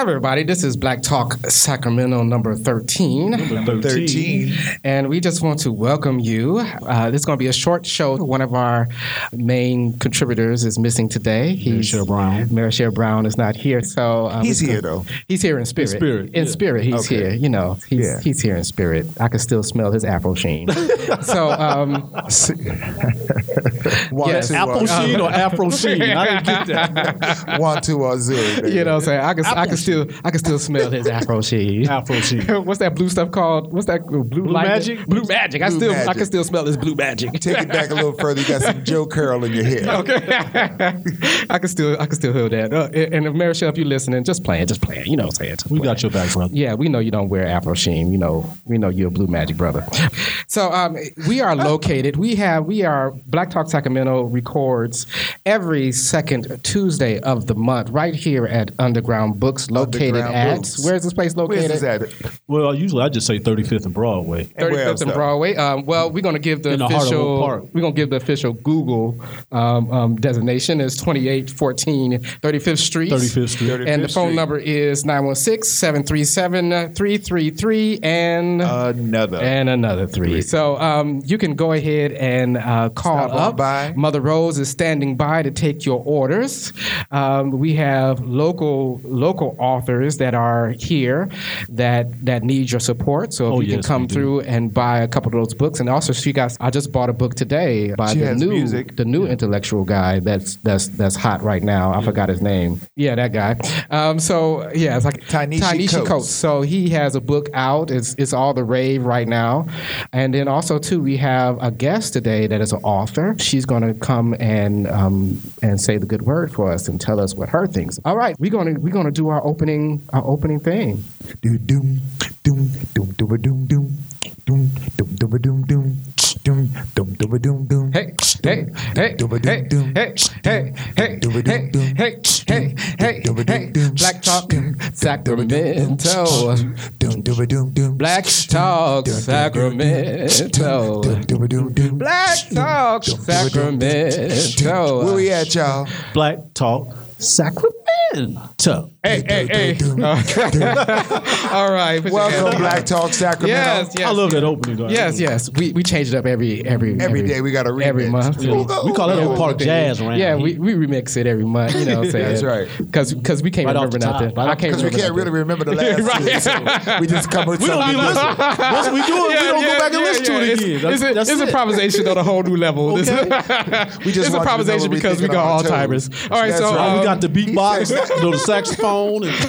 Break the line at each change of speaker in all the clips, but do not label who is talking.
Everybody, this is Black Talk Sacramento number 13.
Number 13.
And we just want to welcome you. Uh, this is going to be a short show. One of our main contributors is missing today. He's,
Marysha Brown.
Marysha Brown is not here. So um,
He's
it's
here
gonna-
though.
He's here in spirit.
spirit,
In
yeah.
spirit, he's
Okay.
here. You know, he's,
Yeah.
he's here in spirit. I can still smell his afro sheen. so, um,
One,
Yes.
two, uh,
Apple Sheen or Afro Sheen? I didn't get that.
one, two, or uh, zero. baby.
you know what I'm saying? I can, I can, still, I can still smell his afro sheen.
Afro Sheen.
What's that blue stuff called? What's that blue, light?
magic?
Blue magic. I
Blue
still I
magic.
can still smell this blue magic.
Take it back a little further. You got some Joe Curl in your hair.
I can still I can still hear that. Uh, and and if Mary Shell, if you're listening, just play it, just play it. You know what I'm saying? Just
We
play
got
it.
your back, brother.
Yeah, we know you don't wear Afro Sheen. You know, we know you're a Blue Magic brother. So um, we are located. We have we are Black Talk Sacramento records every second Tuesday of the month right here at Underground Books, located
Underground
at
Books.
where's this place located?
Where's this at?
Well, usually I just say 35th and Broadway.
And where
35th
else
and
though?
Broadway. Um, well, we're gonna give the
In the heart of
official
Oak Park.
we're gonna give the official Google um, um, designation is 2814 35th Street.
35th Street.
And the
35th
phone
Street.
number is 916-737-333 and
Uh, Another.
and another three. So um, you can go ahead and uh, call
Stop on
up.
by.
Mother Rose is standing by to take your orders. Um, we have local local authors that are here that that need your support. So if
Oh,
you can
yes,
come
we do.
through and buy a couple of those books, and also she got I just bought a book today by
She
the
has
new
music.
the new intellectual guy that's that's that's hot right now. I forgot his name. Yeah, that guy. Um, so yeah, it's like
Tynesha Coates.
Coates. So he has a book out. It's it's all the rave right now, and then also too we have a guest today that is an author. She's going to come and um, and say the good word for us and tell us what her thinks. All right, we're gonna we're gonna do our opening our opening thing.
Do doom doom doom doom doom doom doom doom doom doom doom doom doom doom doom doom.
Hey, hey, hey, hey, hey, hey, hey, hey, hey, hey, hey, hey, Black Talk Sacramento.
Doom doom doom doom.
Black Talk Sacramento. Black Talk Sacramento.
Where we at, y'all?
Black Talk Sacramento.
Hey, hey, hey. All right. put your hands
Welcome,
up.
Black Talk Sacramento.
Yes, yes.
I love that opening. though.
Yes, yes. We we change it up every every
Every day we got a remix.
every month.
You know, we call that Oak Park Jazz round.
Yeah,
here.
we, we remix it every month. You know what I'm saying?
That's right.
Because we can't
Right off
remember
the top,
nothing.
right
I
off-
can't
Because we
remember
can't really
nothing.
remember the last two, so we just come with
We don't
something.
be listening. Once we do it, we don't go back and listen to it again.
It's, it's,
That's-
it's
that's it.
improvisation on a whole new level. This-
We just
it's
want you to know
improvisation
what we
because we
thinking
got
on our
Alzheimer's.
toes.
All right,
That's
so
right.
um,
we got the beatbox, you know, the saxophone, and
He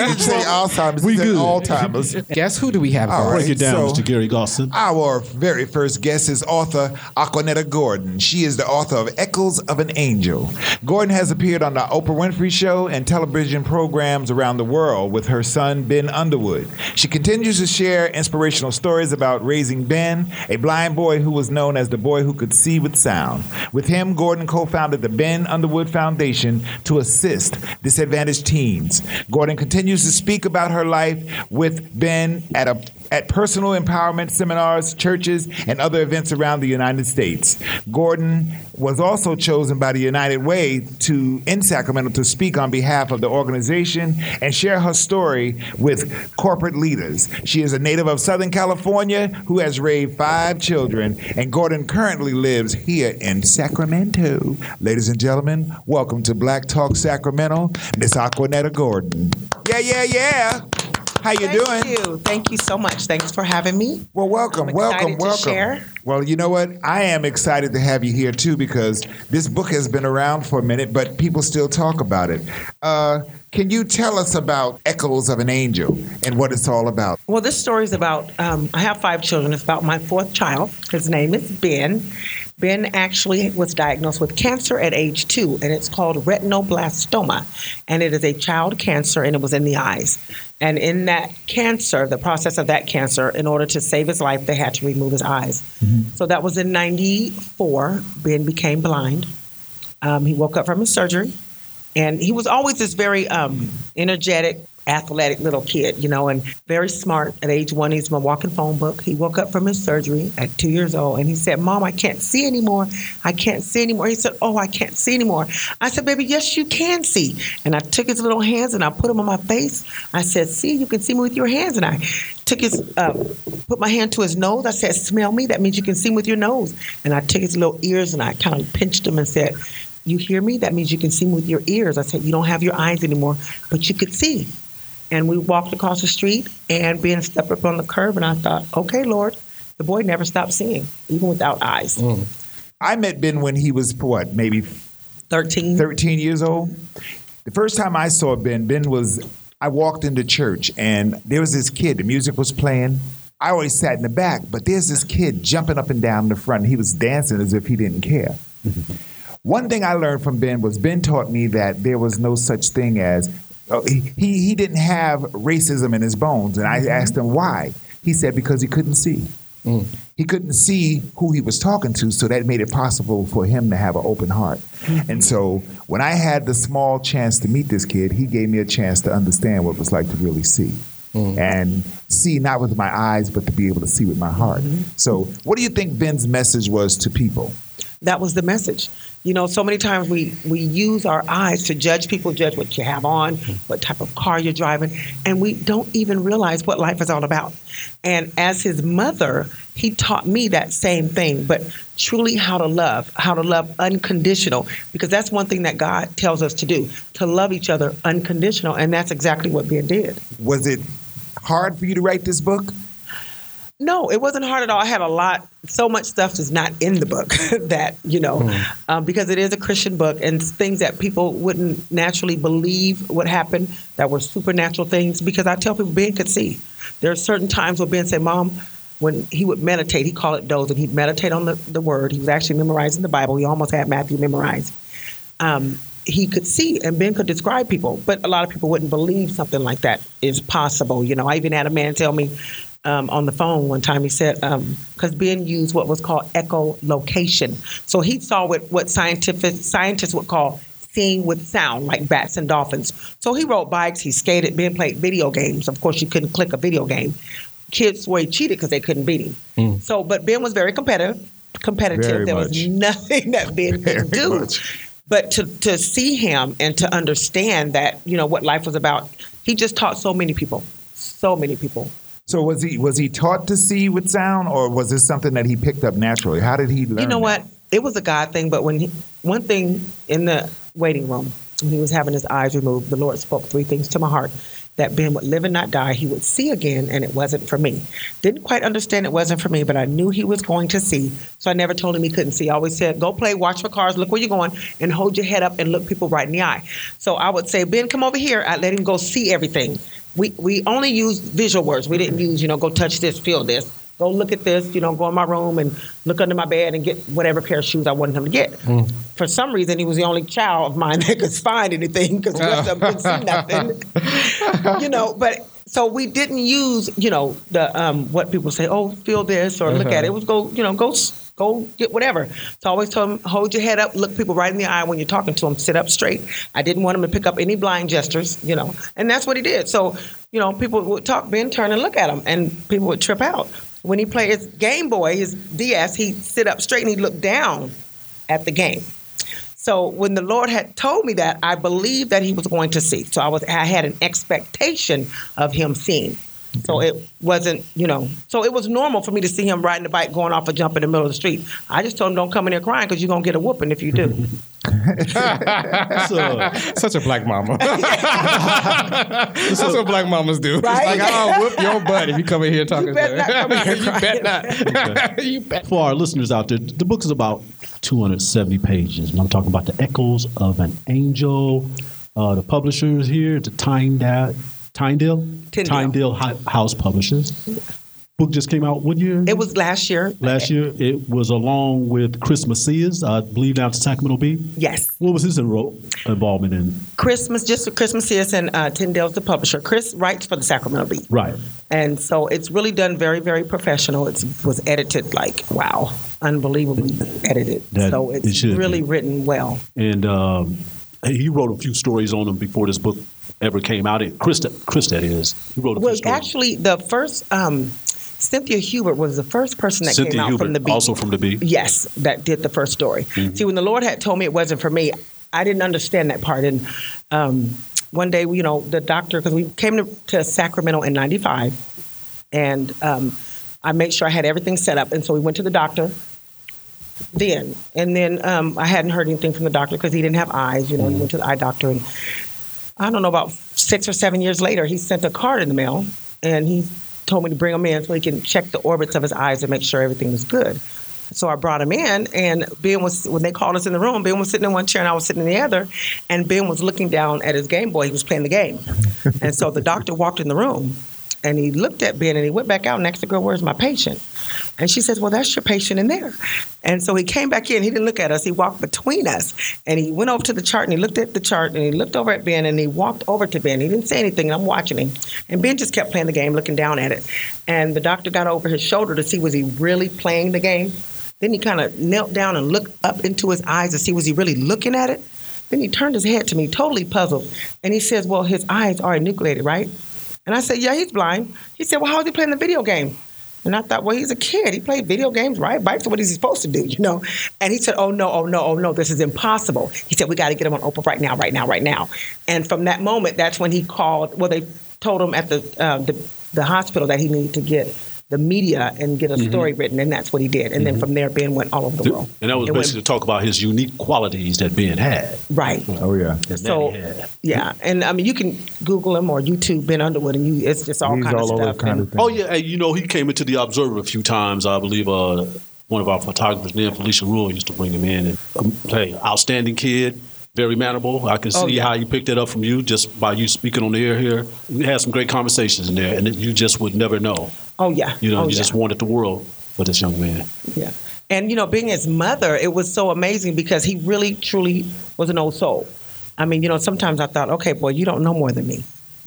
didn't say Alzheimer's.
We
he said
good.
Alzheimer's.
guess who do we have?
All
for us?
break it down,
So-
Mr. Gary Gosson.
Our very first guest is author Aquanetta Gordon. She is the author of Echoes of an Angel. Gordon has appeared on the Oprah Winfrey Show and television programs around the world with her son, Ben Underwood. She continues to share inspirational stories about raising Ben, a blind boy who was known as the boy who could see with sound. With him, Gordon co founded the Ben Underwood Foundation to assist disadvantaged teens. Gordon continues to speak about her life with Ben at a at personal empowerment seminars, churches, and other events around the United States. Gordon was also chosen by the United Way to in Sacramento to speak on behalf of the organization and share her story with corporate leaders. She is a native of Southern California who has raised five children, and Gordon currently lives here in Sacramento. Ladies and gentlemen, welcome to Black Talk Sacramento, Miss Aquanetta Gordon. Yeah, yeah, yeah. How you
Thank
doing?
you. Thank you so much. Thanks for having me.
Well, welcome,
I'm
welcome,
excited to
welcome.
share.
Well, you know what? I am excited to have you here too because this book has been around for a minute, but people still talk about it. Uh, can you tell us about Echoes of an Angel and what it's all about?
Well, this story is about um, I have five children. It's about my fourth child. His name is Ben. Ben actually was diagnosed with cancer at age two, and it's called retinoblastoma. And it is a child cancer, and it was in the eyes. And in that cancer, the process of that cancer, in order to save his life, they had to remove his eyes.
Mm-hmm.
So that was in 94. Ben became blind. Um, he woke up from his surgery, and he was always this very um, energetic, athletic little kid, you know, and very smart. At age one, he's my walking phone book. He woke up from his surgery at two years old and he said, Mom, I can't see anymore. I can't see anymore. He said, Oh, I can't see anymore. I said, Baby, yes, you can see. And I took his little hands and I put them on my face. I said, See, you can see me with your hands. And I took his, uh, put my hand to his nose. I said, Smell me. That means you can see with your nose. And I took his little ears and I kind of pinched them and said, you hear me? That means you can see with your ears. I said, you don't have your eyes anymore, but you could see. And we walked across the street and being stepped up on the curb, and I thought, okay, Lord, the boy never stopped seeing, even without eyes.
I met Ben when he was what, maybe
13.
13 years old. The first time I saw Ben, Ben was, I walked into church and there was this kid, the music was playing. I always sat in the back, but there's this kid jumping up and down the front. He was dancing as if he didn't care. One thing I learned from Ben was Ben taught me that there was no such thing as, oh, he, he, he didn't have racism in his bones. And I asked him why. He said, because he couldn't see. He couldn't see who he was talking to, so that made it possible for him to have an open heart.
Mm-hmm.
And so when I had the small chance to meet this kid, he gave me a chance to understand what it was like to really see.
Mm-hmm.
And see not with my eyes, but to be able to see with my heart.
Mm-hmm.
So, what do you think Ben's message was to people?
that was the message. You know, so many times we we use our eyes to judge people, judge what you have on, what type of car you're driving, and we don't even realize what life is all about. And as his mother, he taught me that same thing, but truly how to love, how to love unconditional, because that's one thing that God tells us to do, to love each other unconditional, and that's exactly what Ben did.
Was it hard for you to write this book?
No, it wasn't hard at all. I had a lot, so much stuff is not in the book that, you know, um, because it is a Christian book and things that people wouldn't naturally believe would happen that were supernatural things. Because I tell people, Ben could see. There are certain times where Ben said, Mom, when he would meditate, he called it doze, and he'd meditate on the, the word. He was actually memorizing the Bible. He almost had Matthew memorized. Um, he could see and Ben could describe people, but a lot of people wouldn't believe something like that is possible. You know, I even had a man tell me um, on the phone one time. He said because Ben used what was called echolocation, so he saw what what scientific scientists would call seeing with sound, like bats and dolphins. So he rode bikes, he skated, Ben played video games. Of course, you couldn't click a video game. Kids swore he cheated because they couldn't beat him. So, but Ben was very competitive. Competitive.
Hmm. Very
there was
much.
nothing that Ben could do. But to, to see him and to understand that, you know, what life was about, he just taught so many people, so many people.
So was he was he taught to see with sound, or was this something that he picked up naturally? How did he learn?
You know
that?
what? It was a God thing, but when he, one thing in the waiting room, when he was having his eyes removed, the Lord spoke three things to my heart that Ben would live and not die. He would see again, and it wasn't for me. Didn't quite understand it wasn't for me, but I knew he was going to see. So I never told him he couldn't see. I always said, go play, watch for cars, look where you're going, and hold your head up and look people right in the eye. So I would say, Ben, come over here. I'd let him go see everything. We, we only used visual words. We didn't use, you know, go touch this, feel this go look at this, you know, go in my room and look under my bed and get whatever pair of shoes I wanted him to get. For some reason, he was the only child of mine that could find anything because the rest of them could see nothing. you know, but so we didn't use, you know, the um, what people say, oh, feel this or look at it. It was go, you know, go s- go get whatever. So I always told him, hold your head up, look people right in the eye when you're talking to them, sit up straight. I didn't want him to pick up any blind gestures, you know, and that's what he did. So, you know, people would talk, Ben, turn and look at him, and people would trip out. When he played his Game Boy, his DS, he'd sit up straight and he'd look down at the game. So when the Lord had told me that, I believed that he was going to see. So I was I had an expectation of him seeing. So it wasn't, you know, so it was normal for me to see him riding the bike, going off a jump in the middle of the street. I just told him, don't come in there crying because you're going to get a whooping if you do.
It's a-
Such a black mama. That's what black mamas do.
Right?
It's like, I'll whoop your butt if you come in here talking
better
to
not come in
you
here
bet not. you bet.
for our listeners out there, the book is about 270 pages, and I'm talking about the echoes of an angel. Uh, the publishers here, the Tyndale, Tyndale,
Tyndale.
Tyndale Hi- House Publishers. Book just came out. What year?
It was last year.
last year. It was along with Chris Macias, I believe, down to Sacramento Bee.
Yes.
What was his enroll- involvement in?
Christmas, just for Christmas is and uh, Tyndale's the publisher. Chris writes for the Sacramento Bee.
Right.
And so it's really done very, very professional. It was edited like, wow, unbelievably edited.
That
so
it
it's
should be.
really written well.
And um, he wrote a few stories on them before this book ever came out. It Krista, Chris that is, who wrote a
Well,
first story.
actually, the first um, Cynthia Hubert was the first person that
Cynthia
came out
Hubert,
from the beat.
also from the Mm-hmm. beat.
Yes, that did the first story. See, when the Lord had told me it wasn't for me, I didn't understand that part. And um, one day, you know, the doctor, because we came to, to Sacramento in 95, and um, I made sure I had everything set up. And so we went to the doctor then. And then um, I hadn't heard anything from the doctor because he didn't have eyes, you know,
Mm-hmm.
he went to the eye doctor. And I don't know, about six or seven years later, he sent a card in the mail and he told me to bring him in so he can check the orbits of his eyes and make sure everything was good. So I brought him in, and Ben was, when they called us in the room, Ben was sitting in one chair and I was sitting in the other, and Ben was looking down at his Game Boy. He was playing the game. and so the doctor walked in the room and he looked at Ben and he went back out and asked the girl, Where's my patient? And she says, Well, that's your patient in there. And so he came back in. He didn't look at us. He walked between us and he went over to the chart and he looked at the chart and he looked over at Ben and he walked over to Ben. He didn't say anything. And I'm watching him. And Ben just kept playing the game, looking down at it. And the doctor got over his shoulder to see was he really playing the game. Then he kind of knelt down and looked up into his eyes to see was he really looking at it. Then he turned his head to me, totally puzzled. And he says, Well, his eyes are enucleated, right? And I said, Yeah, he's blind. He said, Well, how is he playing the video game? And I thought, well, he's a kid. He played video games, right? Bikes are what he's supposed to do, you know? And he said, oh, no, oh, no, oh, no, this is impossible. He said, we got to get him on Oprah right now, right now, right now. And from that moment, that's when he called, well, they told him at the, uh, the, the hospital that he needed to get the media and get a
Mm-hmm.
story written. And that's what he did. And then from there, Ben went all over the world.
And that was
It went-
basically to talk about his unique qualities that Ben had.
Right.
Oh yeah.
That
So,
he had.
yeah. And I mean, you can Google him or YouTube Ben Underwood, and you it's just all
He's
kind
all
of
over
stuff. and-
kind of thing.
Oh yeah, and, you know he came into the Observer a few times. I believe uh, one of our photographers, named Felicia Rule, used to bring him in. And um, hey, outstanding kid, very manable. I can see
Oh, yeah.
how you picked that up from you just by you speaking on the air here. We had some great conversations in there, and you just would never know.
oh, yeah.
You know,
oh,
you
yeah.
just wanted the world for this young man.
Yeah. And, you know, being his mother, it was so amazing because he really, truly was an old soul. I mean, you know, sometimes I thought, okay, boy, you don't know more than me.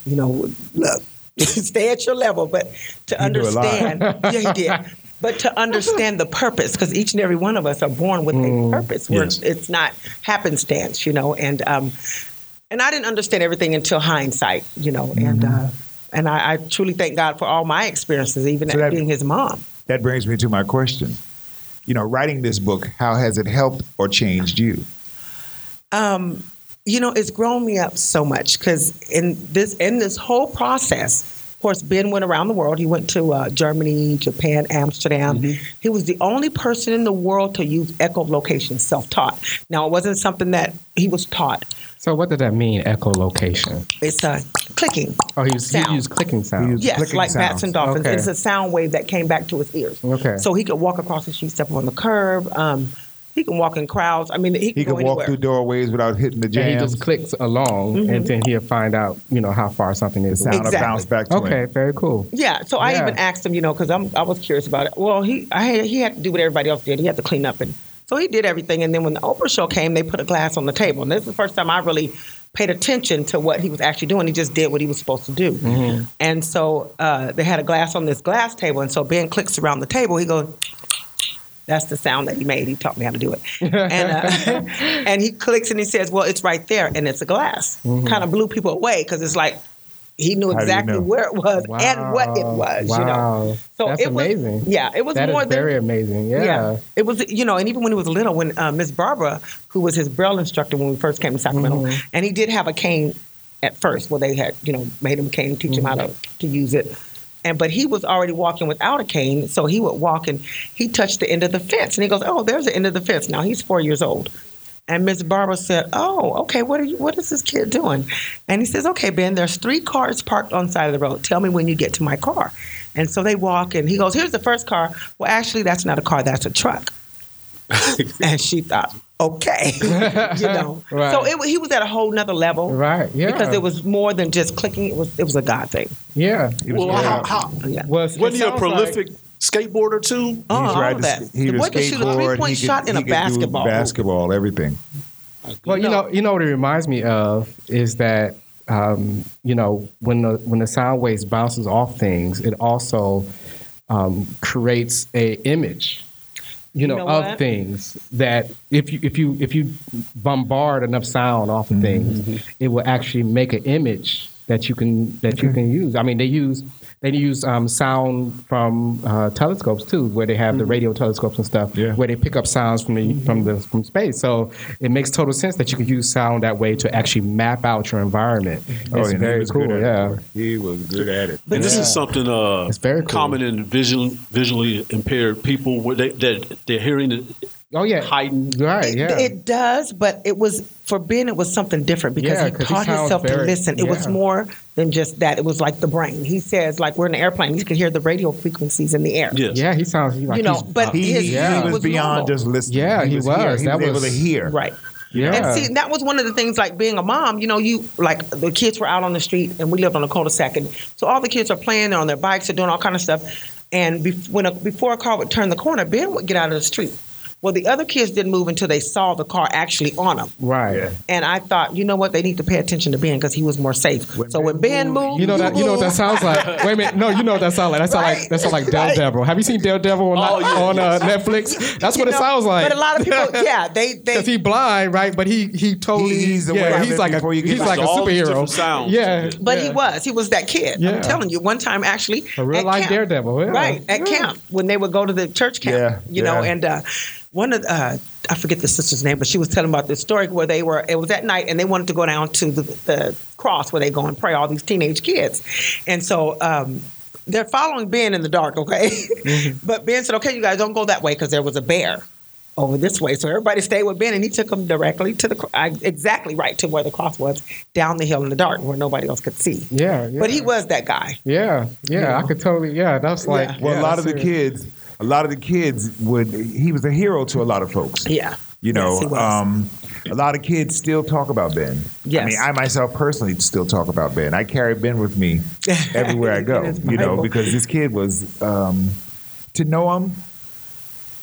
You know, look, stay at your level. But to
knew a lot.
understand, yeah, he did. But to understand the purpose, because each and every one of us are born with
Mm.
a purpose. Where
Yes.
It's not happenstance, you know. And um, and I didn't understand everything until hindsight, you know. And
Mm-hmm.
uh, and I, I truly thank God for all my experiences, even
So
at
that-
being his mom.
That brings me to my question. You know, writing this book, how has it helped or changed you?
you know, it's grown me up so much because in this in this whole process, of course, Ben went around the world. He went to uh, Germany, Japan, Amsterdam.
Mm-hmm.
He was the only person in the world to use echolocation, self-taught. Now, it wasn't something that he was taught.
So what did that mean? Echolocation.
It's uh, clicking.
Oh, he, was, he
Sound.
used clicking sounds.
used-
Yes,
clicking
like
sounds.
bats and dolphins.
Okay.
It's a sound wave that came back to his ears.
Okay.
So he could walk across the street, step on the curb. Um, he can walk in crowds. I mean, he can,
He
go
could walk
anywhere.
through doorways without hitting the
And he
jams.
just clicks along, and then he'll find out, you know, how far something
the
is.
sound
Mm-hmm. Exactly.
of bounce back to
Okay,
him.
very cool.
Yeah, so I
Yeah.
even asked him, you know, because I'm I was curious about it. Well, he I had, he had to do what everybody else did. He had to clean up, and so he did everything. And then when the Oprah show came, they put a glass on the table, and this is the first time I really paid attention to what he was actually doing. He just did what he was supposed to do.
Mm-hmm.
And so uh, they had a glass on this glass table, and so Ben clicks around the table. He goes. That's the sound that he made. He taught me how to do it. And, uh, and he clicks and he says, Well, it's right there and it's a glass. Kind of blew people away because it's like he knew
Mm-hmm. How do you
exactly
know?
where it was and what it
Wow.
was, you know.
Wow. That's
it
amazing.
was yeah, it was
That is
more than
very amazing. Yeah.
It was, you know, and even when he was little, when uh, Miss Barbara, who was his Braille instructor when we first came to Sacramento,
Mm-hmm.
and he did have a cane at first, where they had, you know, made him a cane, teach him how to,
Mm-hmm.
to use it. And but he was already walking without a cane, so he would walk and he touched the end of the fence, and he goes, "Oh, there's the end of the fence." Now he's four years old. And Miss Barbara said, "Oh, okay. What are you? What is this kid doing?" And he says, "Okay, Ben. There's three cars parked on the side of the road. Tell me when you get to my car." And so they walk, and he goes, "Here's the first car. Well, actually, that's not a car. That's a truck." and she thought, "Okay, you know."
Right.
So it, he was at a whole nother level,
Right, yeah.
Because it was more than just clicking. It was it was a God thing.
Yeah.
Well, how, how,
Yeah.
Well, it's- it
wasn't he
sounds
a
like-
prolific skateboarder too?
Oh,
He's
all
right
of
to-
that.
He
the
was
boy could shoot a
skateboard,
three-point
he could-
shot in
he
a
could do
basketball.
Basketball, everything.
Well, you
No.
know, you know what it reminds me of is that um, you know when the when the sound waves bounces off things, it also um, creates a image you know,
know
of
what?
things that if you if you if you bombard enough sound off
Mm-hmm.
of things, it will actually make an image that you can that you can use. I mean, they use they use um, sound from uh, telescopes too, where they have the radio telescopes and stuff,
Mm-hmm. Yeah. Mm-hmm.
where they pick up sounds from the from the from space. So it makes total sense that you could use sound that way to actually map out your environment.
Oh,
it's
and he
very
was good
cool.
at it,
Yeah.
boy. He was good at it.
But
and this
yeah.
is something uh,
It's very cool.
common in visual, visually impaired people where they, that their hearing is
Oh yeah.
heightened.
Right.
It,
yeah.
it does, but it was for Ben. It was something different because
Yeah,
he
'cause he
taught
sounds
himself to
very-
listen. It was
yeah.
more than just that. It was like the brain. He says, like we're in an airplane. You can hear the radio frequencies in the air.
Yes.
yeah. He sounds like
you know.
he's-
But
He,
his
he
yeah.
hearing
was, beyond
normal.
just listening.
Yeah, he
here.
was.
He
That
was able to
was-
hear.
right.
yeah.
And see, that was one of the things like being a mom, you know, you like the kids were out on the street and we lived on a cul-de-sac. And so all the kids are playing, they're on their bikes, they're doing all kind of stuff. And be- when a, before a car would turn the corner, Ben would get out of the street. Well, the other kids didn't move until they saw the car actually on them.
right.
And I thought, you know what? They need to pay attention to Ben because he was more safe. so when Ben moved,
You know that you know what that sounds like. Wait a minute, no, you know what that sounds like. That sounds like that sounds like Del Devil. Have you seen Del Devil on,
Oh, yeah,
on uh, Netflix? That's
you
what it
know,
sounds like.
But a lot of people, yeah, they they
because he blind, right? But he he totally
He's aware
yeah,
of
he's
it
like a
before you get
he's
back.
like a
All these
superhero.
different sounds.
Yeah,
But he
yeah.
was. He was that kid.
Yeah.
I'm telling you, one time actually.
A real
at
life
camp-
daredevil, yeah.
Right, at
Yeah.
camp when they would go to the church camp.
Yeah,
You know,
yeah.
and uh, one of the, uh, I forget the sister's name, but she was telling about this story where they were, it was at night and they wanted to go down to the, the cross where they go and pray, all these teenage kids. And so, um, they're following Ben in the dark, okay? but Ben said, okay, you guys don't go that way because there was a bear over this way. So everybody stayed with Ben, and he took them directly to the cro- I- exactly right to where the cross was, down the hill in the dark, where nobody else could see.
Yeah, yeah.
But he was that guy.
Yeah, yeah, I could totally. Yeah, that's like. Yeah.
Well, a lot of the
that's it.
kids, a lot of the kids would. He was a hero to a lot of folks.
Yeah.
You know,
Yes, he was.
um, a lot of kids still talk about Ben. I
Yes.
mean, I myself personally still talk about Ben. I carry Ben with me everywhere I go.
In his
you know,
Bible.
because this kid was um, to know him.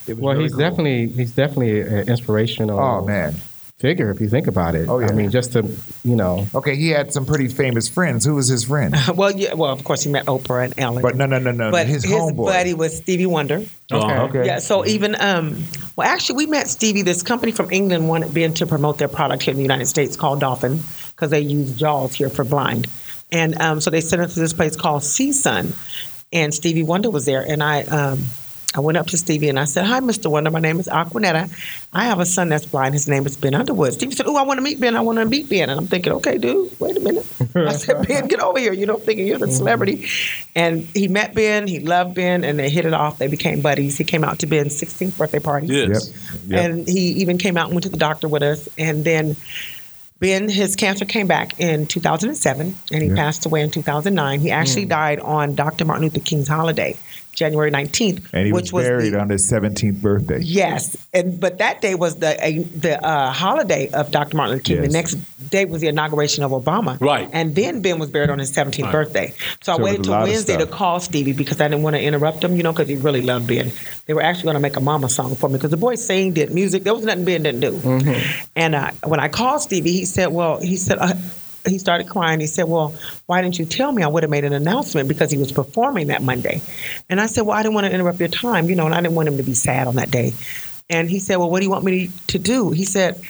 It was
Well,
really
he's
cool.
definitely he's definitely an inspirational
Oh man.
figure if you think about it.
Oh, yeah.
I mean, just to you know,
Okay, he had some pretty famous friends. Who was his friend?
well, yeah. Well, of course, he met Oprah and Ellen.
But no, no, no, no.
but
his,
his,
homeboy. Oh,
buddy was Stevie Wonder.
Uh,
Okay. Mm-hmm.
Yeah. So even um, well, actually, we met Stevie. This company from England wanted Ben to promote their product here in the United States called Dolphin because they use Jaws here for blind, and um, so they sent us to this place called Sea Sun, and Stevie Wonder was there, and I. Um, I went up to Stevie and I said, Hi, Mr. Wonder. My name is Aquanetta. I have a son that's blind. His name is Ben Underwood. Stevie said, Oh, I want to meet Ben. I want to meet Ben. And I'm thinking, Okay, dude, wait a minute. I said, Ben, get over here. You know, I'm thinking you're
Mm-hmm.
the celebrity. And he met Ben. He loved Ben and they hit it off. They became buddies. He came out to Ben's 16th birthday party.
Yes.
Yep.
And he even came out and went to the doctor with us. And then Ben, his cancer came back in 2007, and he passed away in 2009. He actually
Mm.
died on Dr. Martin Luther King's holiday, January 19th,
and he was
which
buried
was the-
on his 17th birthday.
Yes, and but that day was the a, the uh, holiday of Dr. Martin Luther King.
Yes.
The next day was the inauguration of Obama.
Right.
and then Ben was buried on his 17th birthday.
So
So,
it
I
was
waited
a
till
lot of
Wednesday to
stuff.
call Stevie because I didn't want to interrupt him, you know, because he really loved Ben. They were actually going to make a mama song for me because the boy sang, did music. There was nothing Ben didn't do.
Mm-hmm.
And uh, when I called Stevie, he said, "Well, he said." Uh, he started crying. He said, Well, why didn't you tell me? I would have made an announcement because he was performing that Monday. And I said, Well, I didn't want to interrupt your time, you know, and I didn't want him to be sad on that day. And he said, Well, what do you want me to do? He said,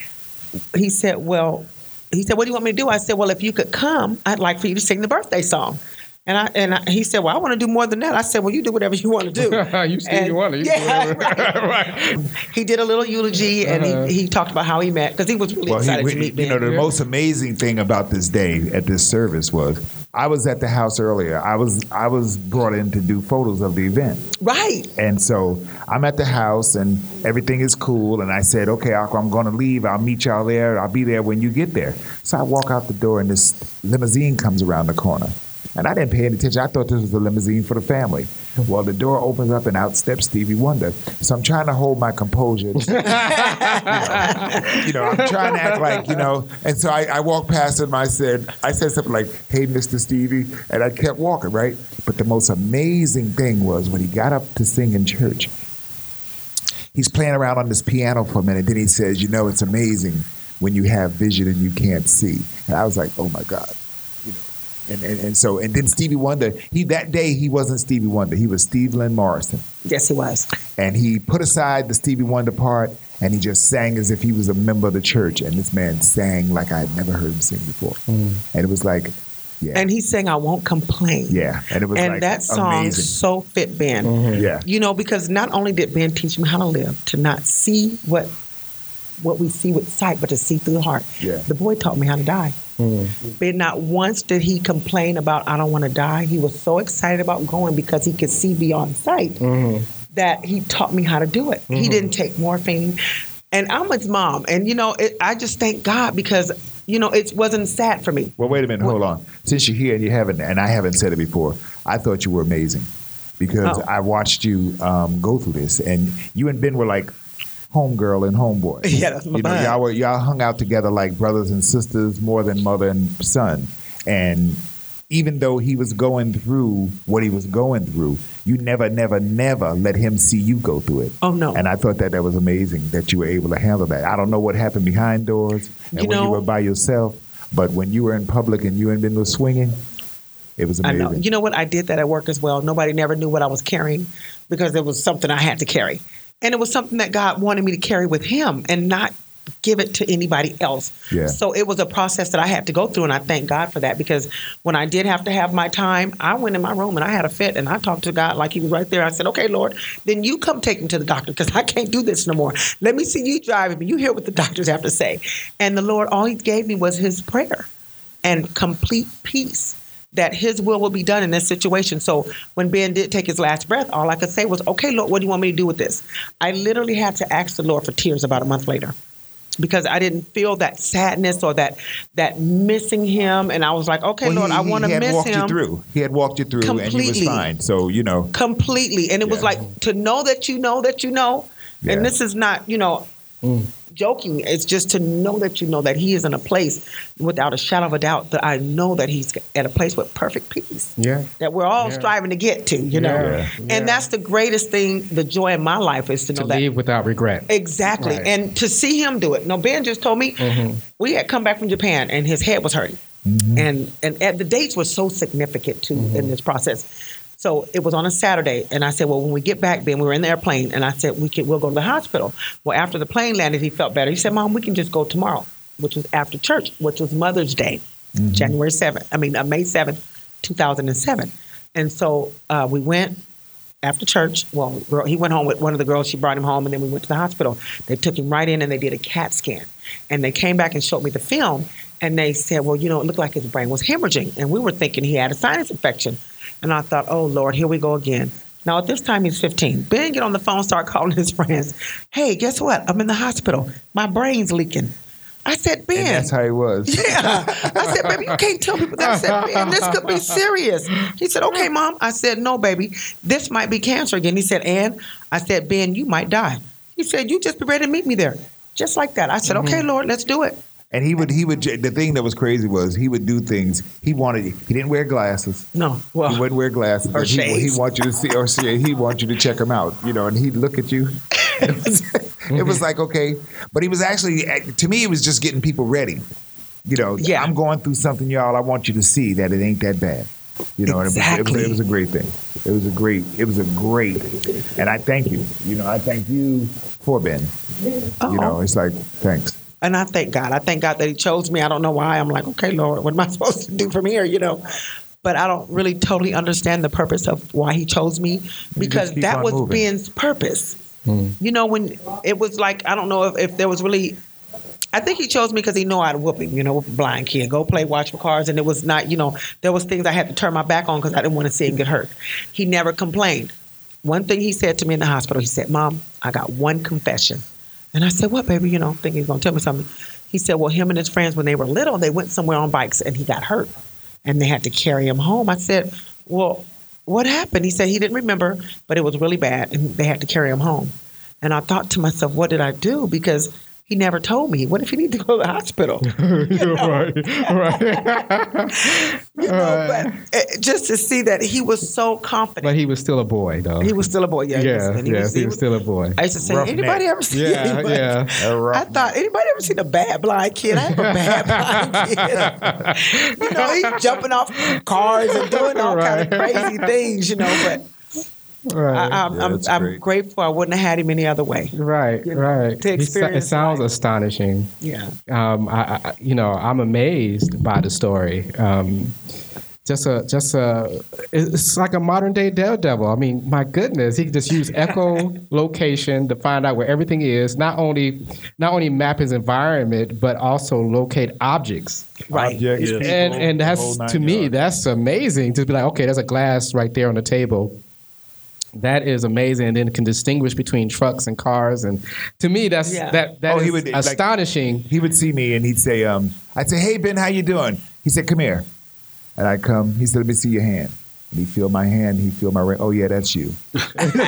he said, Well, he said, What do you want me to do? I said, Well, if you could come, I'd like for you to sing the birthday song. And I and I, he said, Well, I want to do more than that. I said, Well, you do whatever you want to do.
You Stevie
And-
Wonder, you do
yeah,
whatever. Uh-huh.
right. He did a little eulogy and he, he talked about how he met because he was really
Well,
excited
he,
to meet me.
you know, the most amazing thing about this day at this service was I was at the house earlier. I was I was brought in to do photos of the event.
right.
And so I'm at the house and everything is cool. And I said, okay, Aqua, I'm going to leave. I'll meet y'all there. I'll be there when you get there. So I walk out the door and this limousine comes around the corner. And I didn't pay any attention. I thought this was a limousine for the family. Well, the door opens up and out steps Stevie Wonder. So I'm trying to hold my composure. you know, I'm trying to act like, you know. And so I, I walked past him. I said, I said something like, "Hey, Mr. Stevie," and I kept walking, right? But the most amazing thing was when he got up to sing in church. He's playing around on this piano for a minute. Then he says, "You know, it's amazing when you have vision and you can't see." And I was like, "Oh my God!" You know, And, and, and so, and then Stevie Wonder, he that day he wasn't Stevie Wonder, he was Steve Lynn Morrison.
Yes, he was.
And he put aside the Stevie Wonder part and he just sang as if he was a member of the church. And this man sang like I had never heard him sing before. And it was like, yeah.
Mm. And he sang I Won't Complain.
yeah. And it was
and
like
that song
amazing.
so fit Ben.
Mm-hmm.
yeah.
You know, because not only did Ben teach me how to live, to not see what what we see with sight, but to see through the heart.
Yeah. Mm-hmm.
The boy taught me how to die. Ben, not once did he complain about I don't want to die. He was so excited about going because he could see beyond sight
Mm-hmm.
that he taught me how to do it. He didn't take morphine. And I'm his mom. And, you know, it, I just thank God because, you know, it wasn't sad for me.
Well, wait a minute. Hold on. Since you're here and you haven't, and I haven't said it before, I thought you were amazing because
Oh.
I watched you um, go through this, and you and Ben were like homegirl and homeboy.
Yeah, that's my
you know,
bud.
y'all were y'all hung out together like brothers and sisters more than mother and son, and. Even though he was going through what he was going through, you never, never, never let him see you go through it.
Oh, no.
And I thought that that was amazing that you were able to handle that. I don't know what happened behind doors and
You
when you
know-
were by yourself, but when you were in public and you and Ben were swinging, it was
I
amazing.
know. You know what? I did that at work as well. Nobody never knew what I was carrying because it was something I had to carry. And it was something that God wanted me to carry with Him and not give it to anybody else.
Yeah.
So it was a process that I had to go through. And I thank God for that because when I did have to have my time, I went in my room and I had a fit and I talked to God like He was right there. I said, Okay, Lord, then you come take me to the doctor because I can't do this no more. Let me see you driving me. You hear what the doctors have to say. And the Lord, all He gave me was His prayer and complete peace that his will will be done in this situation. So when Ben did take his last breath, all I could say was, okay, Lord, what do you want me to do with this? I literally had to ask the Lord for tears about a month later because I didn't feel that sadness or that that missing him. And I was like, okay,
Well,
Lord,
he,
I want to
he had
miss
walked
him
you through. He had walked you through, and he was
Completely.
fine. So you know,
completely. And it was
Yeah.
like to know that you know that you know.
Yeah. Mm.
And this is not, you know, joking. It's just to know that you know that he is in a place without a shadow of a doubt that I know that he's at a place with perfect peace.
Yeah.
That we're all
Yeah.
striving to get to, you know.
Yeah. Yeah.
And that's the greatest thing, the joy in my life is to,
To
know that
leave without regret.
Exactly.
Right. Mm-hmm.
And to see him do it. Now, Ben just told me we had come back from Japan and his head was hurting. And, and and the dates were so significant too
Mm-hmm.
in this process. So it was on a Saturday, and I said, "Well, when we get back, Ben, we were in the airplane, and I said we can we'll go to the hospital." Well, after the plane landed, he felt better. He said, "Mom, we can just go tomorrow," which was after church, which was Mother's Day,
Mm-hmm.
January seventh. I mean, uh, May seventh, two thousand and seven. And so uh, we went after church. Well, girl, he went home with one of the girls. She brought him home, and then we went to the hospital. They took him right in, and they did a CAT scan. And they came back and showed me the film, and they said, "Well, you know, it looked like his brain was hemorrhaging," and we were thinking he had a sinus infection. And I thought, "Oh Lord, here we go again." Now at this time he's 15. Ben get on the phone, start calling his friends. Hey, guess what? I'm in the hospital. My brain's leaking. I said, Ben.
and that's how he was.
Yeah. I said, baby, you can't tell people that. I said, man, this could be serious. He said, okay, mom. I said, no, baby, this might be cancer again. He said, and I said, Ben, you might die. He said, you just be ready to meet me there. Just like that. I said, okay, Lord, let's do it.
And he would, he would. j- The thing that was crazy was he would do things. He wanted. He didn't wear glasses.
No, well,
He wouldn't wear glasses.
Or
but he,
shades.
he want you to see, or shade. He want you to check him out, you know, and he'd look at you. It was, it was like okay, but he was actually to me. It was just getting people ready. You know,
Yeah.
I'm going through something, y'all. I want you to see that it ain't that bad. You know, and
Exactly.
it was, it, was, it was a great thing. It was a great. It was a great. And I thank you. You know, I thank you for Ben.
uh-oh.
You know, it's like thanks.
and I thank God. I thank God that He chose me. I don't know why. I'm like, okay, Lord, what am I supposed to do from here? You know, but I don't really totally understand the purpose of why He chose me because
keep
that
on
was
moving. Hmm.
Ben's purpose. You know, when it was like, I don't know if, if there was really. I think he chose me because he knew I'd whoop him, you know, blind kid. Go play, watch for cars, and it was not, you know, there was things I had to turn my back on because I didn't want to see him get hurt. He never complained. One thing he said to me in the hospital, he said, "Mom, I got one confession." And I said, What, baby? You know, thinking he's going to tell me something. He said, Well, him and his friends, when they were little, they went somewhere on bikes and he got hurt and they had to carry him home. I said, Well, what happened? He said he didn't remember, but it was really bad and they had to carry him home. And I thought to myself, What did I do? Because He never told me. What if he need to go to the hospital?
right, right.
You know, but it, just to see that he was so confident.
but he was still a boy, though.
he was still a boy. Yeah, he was-
yeah,
and
yes, he was still a boy.
I used to say,
Roughneck.
anybody ever seen?
Yeah,
anybody-
yeah.
A
I
rough
thought anybody ever seen a bad blind kid? I have a bad blind kid. you know, he's jumping off cars and doing all kind of
Right.
crazy things. You know, but
right,
I, I'm,
Yeah,
I'm,
that's
I'm
great.
grateful. I wouldn't have had him any other way.
right,
you know,
right.
to
He sa- It
experience
sounds
life.
astonishing.
Yeah.
um, I, I, you know, I'm amazed by the story. Um, just a, just a, it's like a modern day daredevil. I mean, my goodness, he could just use echolocation to find out where everything is. Not only, not only map his environment, but also locate objects.
Right.
object,
And-
people,
And and
the whole
that's
nine
to me,
yards.
that's amazing. To be like, okay, there's a glass right there on the table. That is amazing, and then can distinguish between trucks and cars. And to me, that's
Yeah.
that that
Oh,
is
he would, like-
astonishing.
he would see me and he'd say, um, I'd say, hey, Ben, how you doing? He said, come here. And I come. He said, let me see your hand. And he feel my hand. He feel my ring. Oh, yeah, that's you. You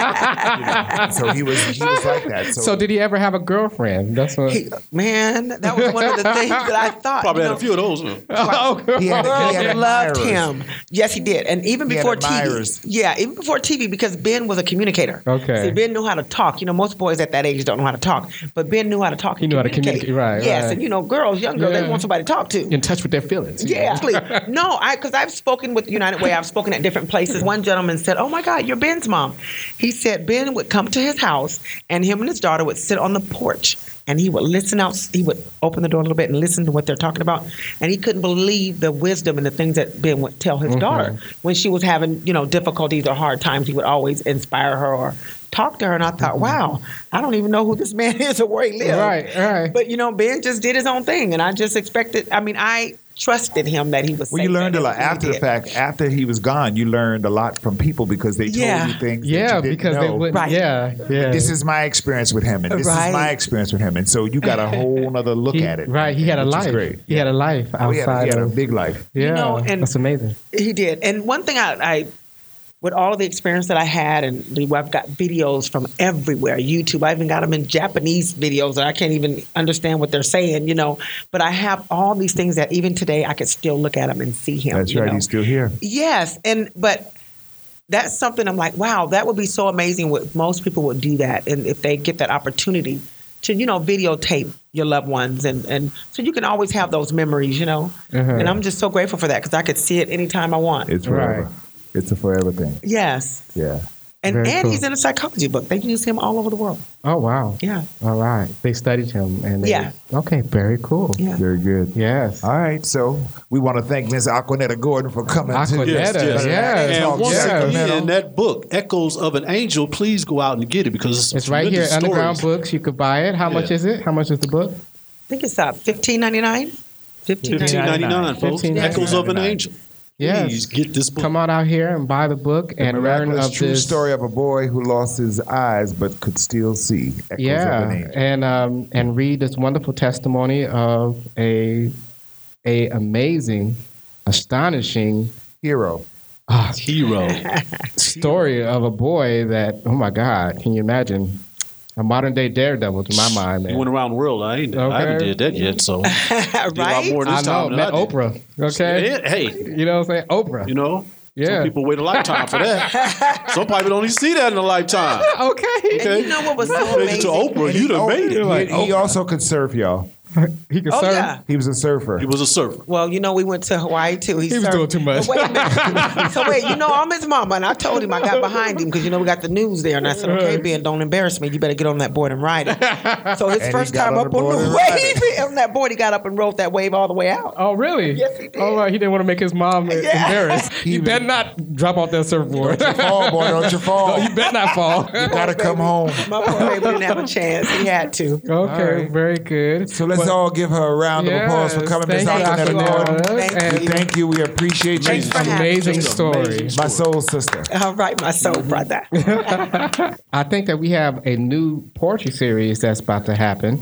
know, so he was, he was like that. So,
So did he ever have a girlfriend? That's what.
He, man, that was one of the things that I thought.
Probably
you
had a
know,
few of those. huh?
Oh,
he had, he
Girls
had
loved
admirers.
him. Yes, he did, and even
He had
before TV.
admirers.
Yeah, even before TV, because Ben was a communicator.
Okay.
See, Ben knew how to talk. You know, most boys at that age don't know how to talk, but Ben knew how to talk.
He
and
knew how to communicate, right,
Yes,
right.
and you know, girls, young girls,
Yeah.
they want somebody to talk to.
in touch with their feelings. you
Yeah,
know?
please. no, I because I've spoken with United Way. I've spoken at different places. One gentleman said, "Oh my God, you're Ben's mom." He said Ben would come to his house, and him and his daughter would sit on the porch, and he would listen out. He would open the door a little bit and listen to what they're talking about, and he couldn't believe the wisdom and the things that Ben would tell
Mm-hmm.
his daughter when she was having you know difficulties or hard times. He would always inspire her or talk to her, and I thought, wow, I don't even know who this man is or where he lives.
Mm-hmm. Right, right.
But you know, Ben just did his own thing, and I just expected. I mean, I trusted him that he was.
Well, you
safe,
learned a
and
lot
he
after the
did.
fact. After he was gone, you learned a lot from people because they told
Yeah.
you things. that
yeah,
you didn't
because they
know.
wouldn't.
Right.
Yeah, yeah.
This is my experience with him, and this
Right.
is my experience with him, and so you got a whole other look
He-
at it.
Right, he had a
which is
life.
Great.
He had a life
Oh, he had a-
outside
he had a
of.
big life.
yeah,
know, and-
that's amazing.
He did. And one thing I, I with all of the experience that I had, and the- I've got videos from everywhere YouTube. I even got them in Japanese videos that I can't even understand what they're saying, you know. But I have all these things that even today I could still look at them and see him.
That's
you
right.
know.
He's still here.
Yes, and but that's something I'm like, wow, that would be so amazing. What most people would do that, and if they get that opportunity to, you know, videotape your loved ones, and and so you can always have those memories, you know.
Uh-huh.
And I'm just so grateful for that because I could see it anytime I want.
It's
Right.
forever. It's a forever thing.
yes,
Yeah.
and
Very
and
cool.
he's in a psychology book. They use him all over the world.
Oh wow.
Yeah,
All right, they studied him and. They,
Yeah.
Okay, very cool.
yeah.
Very good.
Yes.
All right. So we want to thank Miss Aquanetta Gordon for coming.
Aquanetta,
To
Yes, yes. yes.
Talk
And once
yes.
Sacramento.
again, that book, Echoes of an Angel, please go out and get it because it's,
It's right here,
tremendous
Underground
stories.
Books. You could buy it. How much
Yeah.
is it? How much is the book?
I think it's uh, fifteen ninety nine. Fifteen ninety
Fifteen
nine.
ninety nine, folks.
$15.99.
Echoes of an Angel.
Yes.
Please get this book.
Come on out here and buy the book
The
and learn
miraculous
of
true
this
story of a boy who lost his eyes but could still see. Echoes of an
yeah,
angel.
and um, and read this wonderful testimony of a a amazing, astonishing
hero.
ah,
Hero.
story of a boy that oh my God, can you imagine? A modern day daredevil to my mind,
You went
man.
around the world. I ain't. I
Okay.
haven't did that yet. So did a lot
Right?
more this
I know,
time than
met
I did.
Oprah. Okay,
Yeah, Hey,
you know what I'm saying? Oprah.
you know.
Yeah.
Some people wait a lifetime for that. Some people don't even see that in a lifetime.
okay,
Okay.
And you know what was so
Congratulations to
amazing?
Oprah, you done made it.
Oh, he, he also could surf, y'all.
he could
Oh
serve.
yeah.
He was a surfer.
He was a server.
Well, you know, we went to Hawaii too.
He was
served-
doing too much.
But wait a minute. so wait, you know, I'm his mama, and I told him I got behind him because you know we got the news there, and I said, okay, Ben, don't embarrass me. You better get on that board and ride it. So his
And he
first
got
time
on
up
the
on
board
the
and ride
wave, on that board, he got up and rode that wave all the way out.
Oh really?
Yes, he did.
Oh, right. he didn't want to make his mom
Yeah.
embarrassed. He,
He was-
better not drop off that surfboard.
fall, boy, don't you fall.
he better not fall.
You gotta come home.
My poor baby didn't have a chance. He had to.
Okay, very good.
So let's all give her a round of applause for coming, Miss
you,
Aquanetta
Aquanetta.
Gordon.
Thank
We Thank you. We appreciate you.
Thanks for having
amazing
Just
story.
amazing.
My soul sister.
All right, my soul brother.
I think that we have a new poetry series that's about to happen.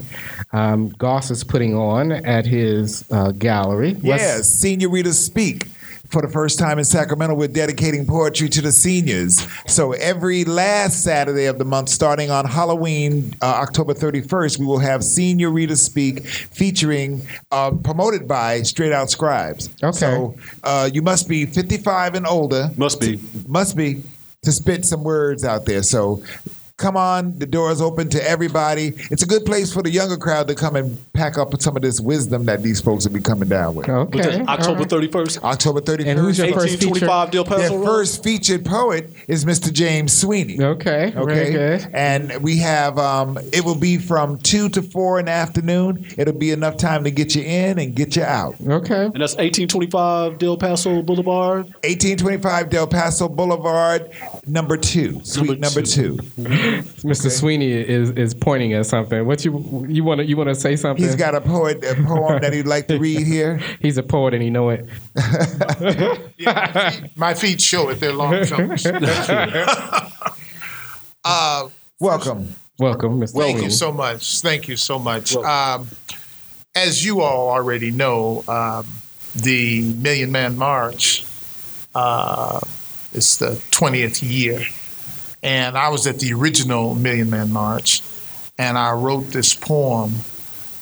Um, Goss is putting on at his uh, gallery. What's-
Yes, Senior Readers Speak. For the first time in Sacramento, we're dedicating poetry to the seniors. So every last Saturday of the month, starting on Halloween, uh, October 31st, we will have Senior Readers Speak featuring, uh, promoted by Straight Out Scribes.
Okay.
So uh, you must be 55 and older
Must be.
must be to spit some words out there. So come on, the door is open to everybody. It's a good place for the younger crowd to come and pack up some of this wisdom that these folks will be coming down with.
Okay.
What's that,
all
October
right.
31st.
October 31st.
And who's your first feature?
1825 Del
Their
Paso Road.
first featured poet is Mr. James Sweeney.
Okay. Very good.
And we have um, it will be from two to four in the afternoon. It'll be enough time to get you in and get you out.
Okay.
And that's 1825 Del Paso Boulevard.
1825 Del Paso Boulevard, number two, suite
Number
number
two.
two.
Mr. Sweeney is, is pointing at something. What you you want to you want to say something?
He's got a poet a poem that he'd like to read here.
He's a poet and he know it.
My feet show it. They're long films. uh,
Welcome.
Welcome, Mr.
Thank
Sweeney.
you so much. Thank you so much. Um, as you all already know, um, the Million Man March uh, is the 20th year. And I was at the original Million Man March, and I wrote this poem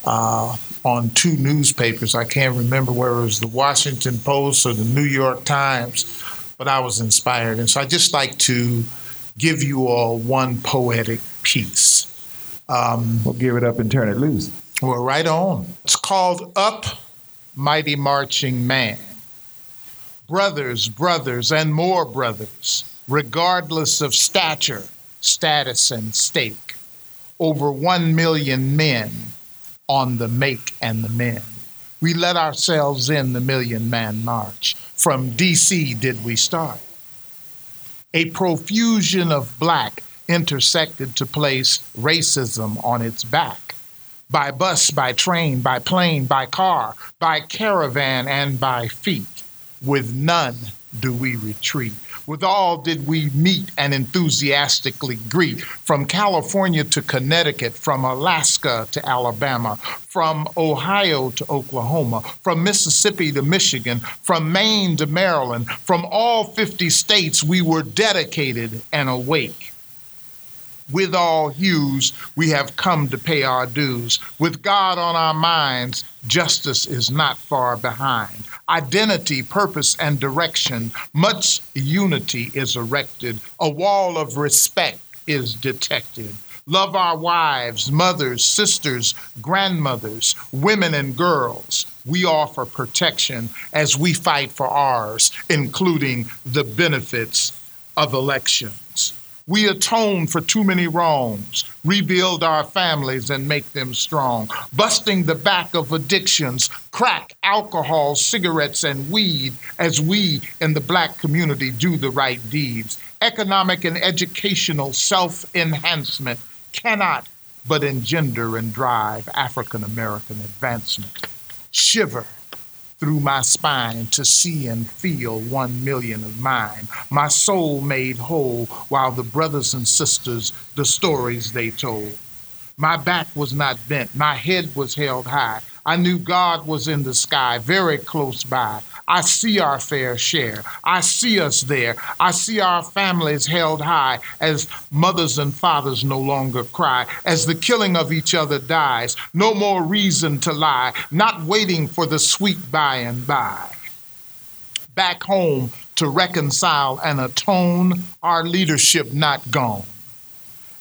uh, on two newspapers. I can't remember whether it was the Washington Post or the New York Times, but I was inspired. And so I just like to give you all one poetic piece.
We'll give it up and turn it loose.
Well, right on. It's called Up, Mighty Marching Man. Brothers, brothers, and more brothers, regardless of stature, status, and stake. Over one million men on the make and the men. We let ourselves in the Million Man March. From D.C. did we start. A profusion of black intersected to place racism on its back by bus, by train, by plane, by car, by caravan, and by feet. With none do we retreat. With all did we meet and enthusiastically greet. From California to Connecticut, from Alaska to Alabama, from Ohio to Oklahoma, from Mississippi to Michigan, from Maine to Maryland, from all 50 states, we were dedicated and awake. With all hues, we have come to pay our dues. With God on our minds, justice is not far behind. Identity, purpose, and direction, much unity is erected. A wall of respect is detected. Love our wives, mothers, sisters, grandmothers, women, and girls. We offer protection as we fight for ours, including the benefits of elections. We atone for too many wrongs, rebuild our families and make them strong, busting the back of addictions, crack, alcohol, cigarettes, and weed as we in the black community do the right deeds. Economic and educational self enhancement cannot but engender and drive African American advancement. Shiver through my spine to see and feel one million of mine, my soul made whole while the brothers and sisters, the stories they told. My back was not bent, my head was held high. I knew God was in the sky, very close by. I see our fair share. I see us there. I see our families held high as mothers and fathers no longer cry, as the killing of each other dies. No more reason to lie, not waiting for the sweet by and by back home to reconcile and atone, our leadership not gone.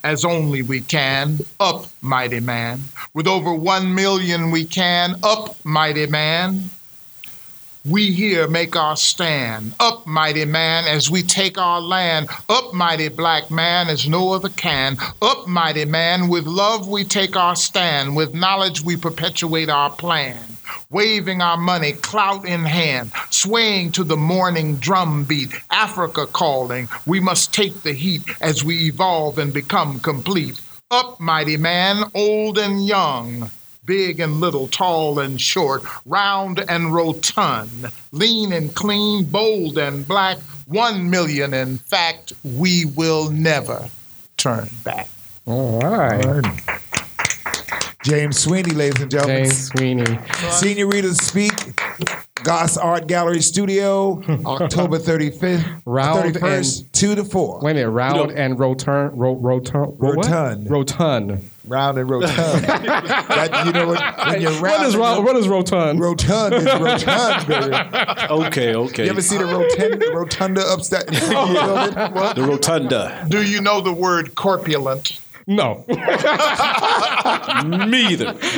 As only we can, up, mighty man. With over one million, we can, up, mighty man. We here make our stand, up, mighty man, as we take our land, up, mighty black man, as no other can, up, mighty man, with love we take our stand, with knowledge we perpetuate our plan waving our money, clout in hand, swaying to the morning drum beat, Africa calling. We must take the heat as we evolve and become complete. Up, mighty man, old and young. Big and little, tall and short, round and rotund, lean and clean, bold and black, one million in fact, we will never turn back.
All right,
James Sweeney, ladies and gentlemen.
James Sweeney.
Senior readers speak. Goss Art Gallery Studio, October 35th,
Round
31st, 2 to 4.
Wait a minute, round and rotund, ro, rotund, ro- what?
Rotund.
rotund.
Round and rotund. That- you know what? When you're
What
round
is
and
ro-
you're-
what is rotund?
Rotund is rotund, baby.
Okay, okay.
You ever see the rotund, rotunda
Oh.
upstairs?
the rotunda?
Do you know the word corpulent?
no,
Me either. But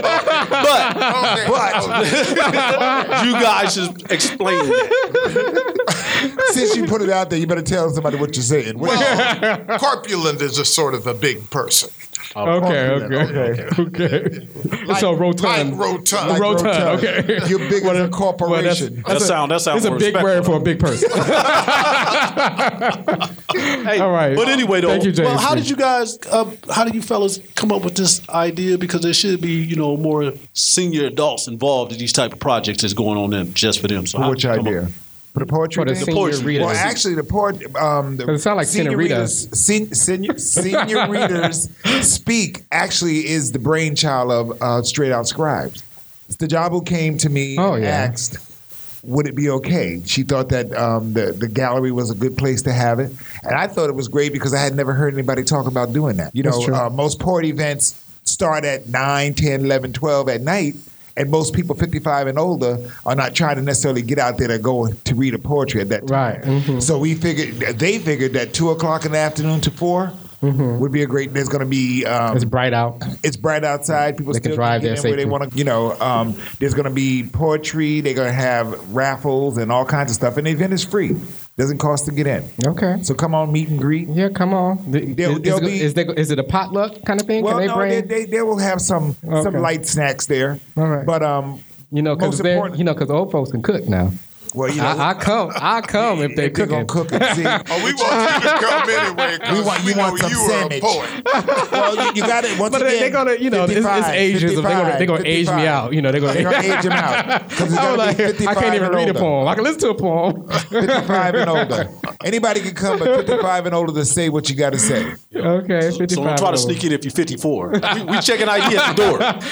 Okay.
But
you guys should explain that.
since you put it out there, you better tell somebody what you're saying. What-
Well, corpulent is a sort of a big person.
okay, okay, okay. so rotund,
Like rotund.
The rotund,
rotund.
Okay,
You're big
What
as a
well, that's-
corporation.
That sound that sounds
It's a
more
big word
respectful.
for a big person.
Hey,
All right.
But anyway, though,
Thank you,
well,
James.
how did you guys?
Uh, how do you fellas come up with this idea? Because there should be, you know, more senior adults involved in these type of projects that's going on them just for them. So how did
Which
you come up-
idea? For the poetry
For the
thing?
senior
poetry.
readers.
Well, actually, the poet. Um, the
It sound like senoritas.
senoritas- sen- sen- senior readers speak. Actually, is the brainchild of uh, Straight Out Scribes. The job who came to me
Oh,
and
yeah.
asked, "Would it be okay?" She thought that um, the the gallery was a good place to have it, and I thought it was great because I had never heard anybody talk about doing that. You
That's
know,
true.
Uh, most poet events start at 9, 10, 11, 12 at night. And most people 55 and older are not trying to necessarily get out there to go to read a poetry at that time.
Right. mhm.
So we figured they figured that two o'clock in the afternoon to 4 would be a great. There's going to be
Mm-hmm.
um,
It's
it's,
bright out.
bright outside. People
They can
still
drive
get
there
in where they
safely.
want to. You know, um, there's going to be poetry. They're going to have raffles and all kinds of stuff. And the event is free. Doesn't cost to get in.
Okay.
So come on, meet and greet.
Yeah, come on. The-
There-
is,
there'll
is it-
be-
is there- is it a potluck kind of thing?
Well,
Can they
no,
bring?
they, they, they will have some some
Okay.
light snacks there.
All right.
But um,
you know, because
most
you
important-
know, because old folks can cook now.
well, you know,
I, I come, I come if they
if they're
cooking.
gonna cook it. See,
Oh, we want you to come anyway
We
because
want-
we,
you want
know
some
you are a
sandwich.
poet.
well, you, you got it. Once
But
again,
they- they're gonna, you know, it's- it's
55,
ageism. They're gonna- they're gonna age me
55.
out. You know, they're gonna-
they're gonna age him out. 'Cause it's
I was
gotta be
like, I
55
can't even
and
read a
older.
poem. I can listen to a poem.
55 and older. Anybody can come, but 55 and older to say what you got to say.
okay,
So don't try to sneak in if you're 54. we, we checking ID at the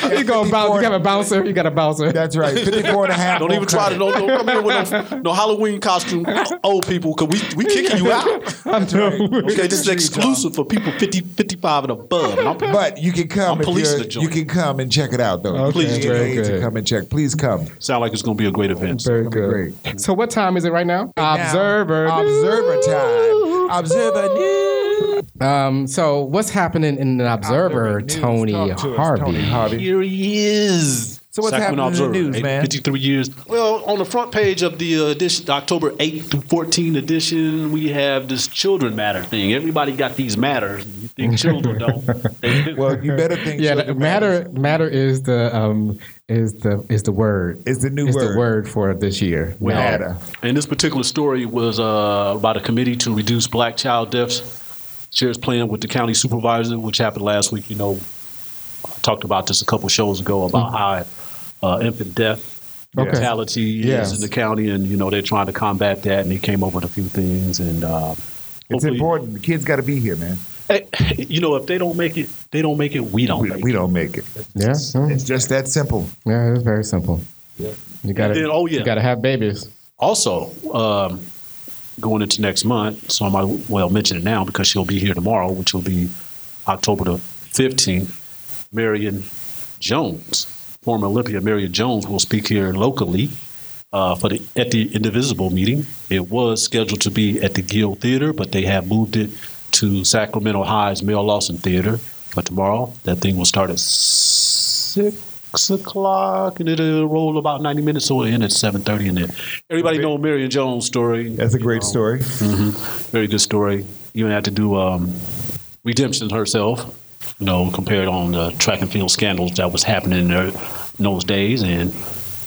door.
You go bounce. You got a bouncer. You got a bouncer.
That's right. 54 and a half.
Don't even
won't
try
cut
to
it.
don't, don't come here with no, no Halloween costume, old people, because we we kicking you out.
I know.
Okay, this is exclusive for people 50, 55 and above. And I'm-
But you can come.
I'm
if
policing
you're-
the joint.
you can come and check it out, though.
Okay,
Please,
very good.
come and check. Please come.
sound like it's gonna be a great event.
Very
gonna be
good. So what time is it right now? Observer.
Now, observer time. Observer news.
Um, so what's happening in the Observer,
News.
Tony
Talk to us,
Harvey?
Tony Harvey.
Here he is.
So what's
Sacramento
happening in the
Observer,
news,
eight-
man?
53 years.
Well, on the front page of the uh, edition, October 8th through 14 edition, we have this children matter thing. Everybody got these matters. You think children don't. They do.
Well, you better think.
Yeah,
so.
the matter matter is the um is the is the word.
Is the new
is
word.
the word for this year.
Matter.
And this particular story was uh, about a committee to reduce black child deaths. Sheriff's plan with the county supervisor, which happened last week. You know, I talked about this a couple shows ago about how uh, infant death
Okay.
mortality
Mm-hmm. Yes.
is in the county, and you know they're trying to combat that. And they came up with a few things, and uh,
It's
hopefully-
important. The kids got to be here, man.
Hey, you know, if they don't make it, they don't make it. We don't.
We,
make
we
it.
don't make it.
Yeah, yeah,
It's just that simple.
yeah. It's very simple. You gotta,
then, oh, yeah.
you gotta have babies.
Also, um, going into next month, so I might well mention it now because she'll be here tomorrow, which will be October the fifteenth. Marion Jones, former Olympian Marion Jones, will speak here locally uh, for the at the Indivisible meeting. It was scheduled to be at the Guild Theater, but they have moved it to Sacramento High's Mel Lawson Theater. But tomorrow, that thing will start at six o'clock, and it'll roll about ninety minutes, so it'll end at seven thirty. And then everybody know Marion Jones' story.
That's a great story.
Very good story. Even had to do um, redemption herself, you know, compared on the track and field scandals that was happening in, her, in those days. And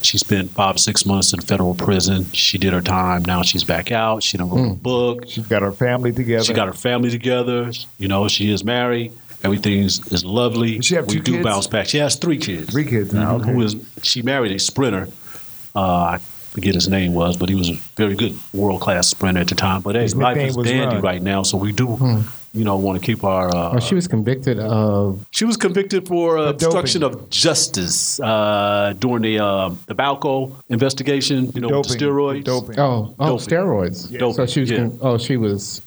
she spent five, six months in federal prison. She did her time. Now she's back out. She done wrote a book.
She's got her family together.
She got her family together. You know, she is married. Everything is, is lovely.
Does she have
we
two
do
kids?
bounce back. She has three kids.
Three kids now,
Mhm.
okay.
Who is she married a sprinter? Uh, I forget his name was, but he was a very good world class sprinter at the time. But hey,
His
life
nickname
is
was
dandy
Run. Hmm.
right now, so we do you know, want to keep our.
Oh,
Uh,
she was convicted of
she was convicted for uh,
doping.
obstruction of justice uh, during the uh, the Balco investigation. You know, with the steroids.
Doping.
oh oh
Doping.
steroids.
Yeah.
So she was
Yeah.
con-
Mm-hmm.
oh she was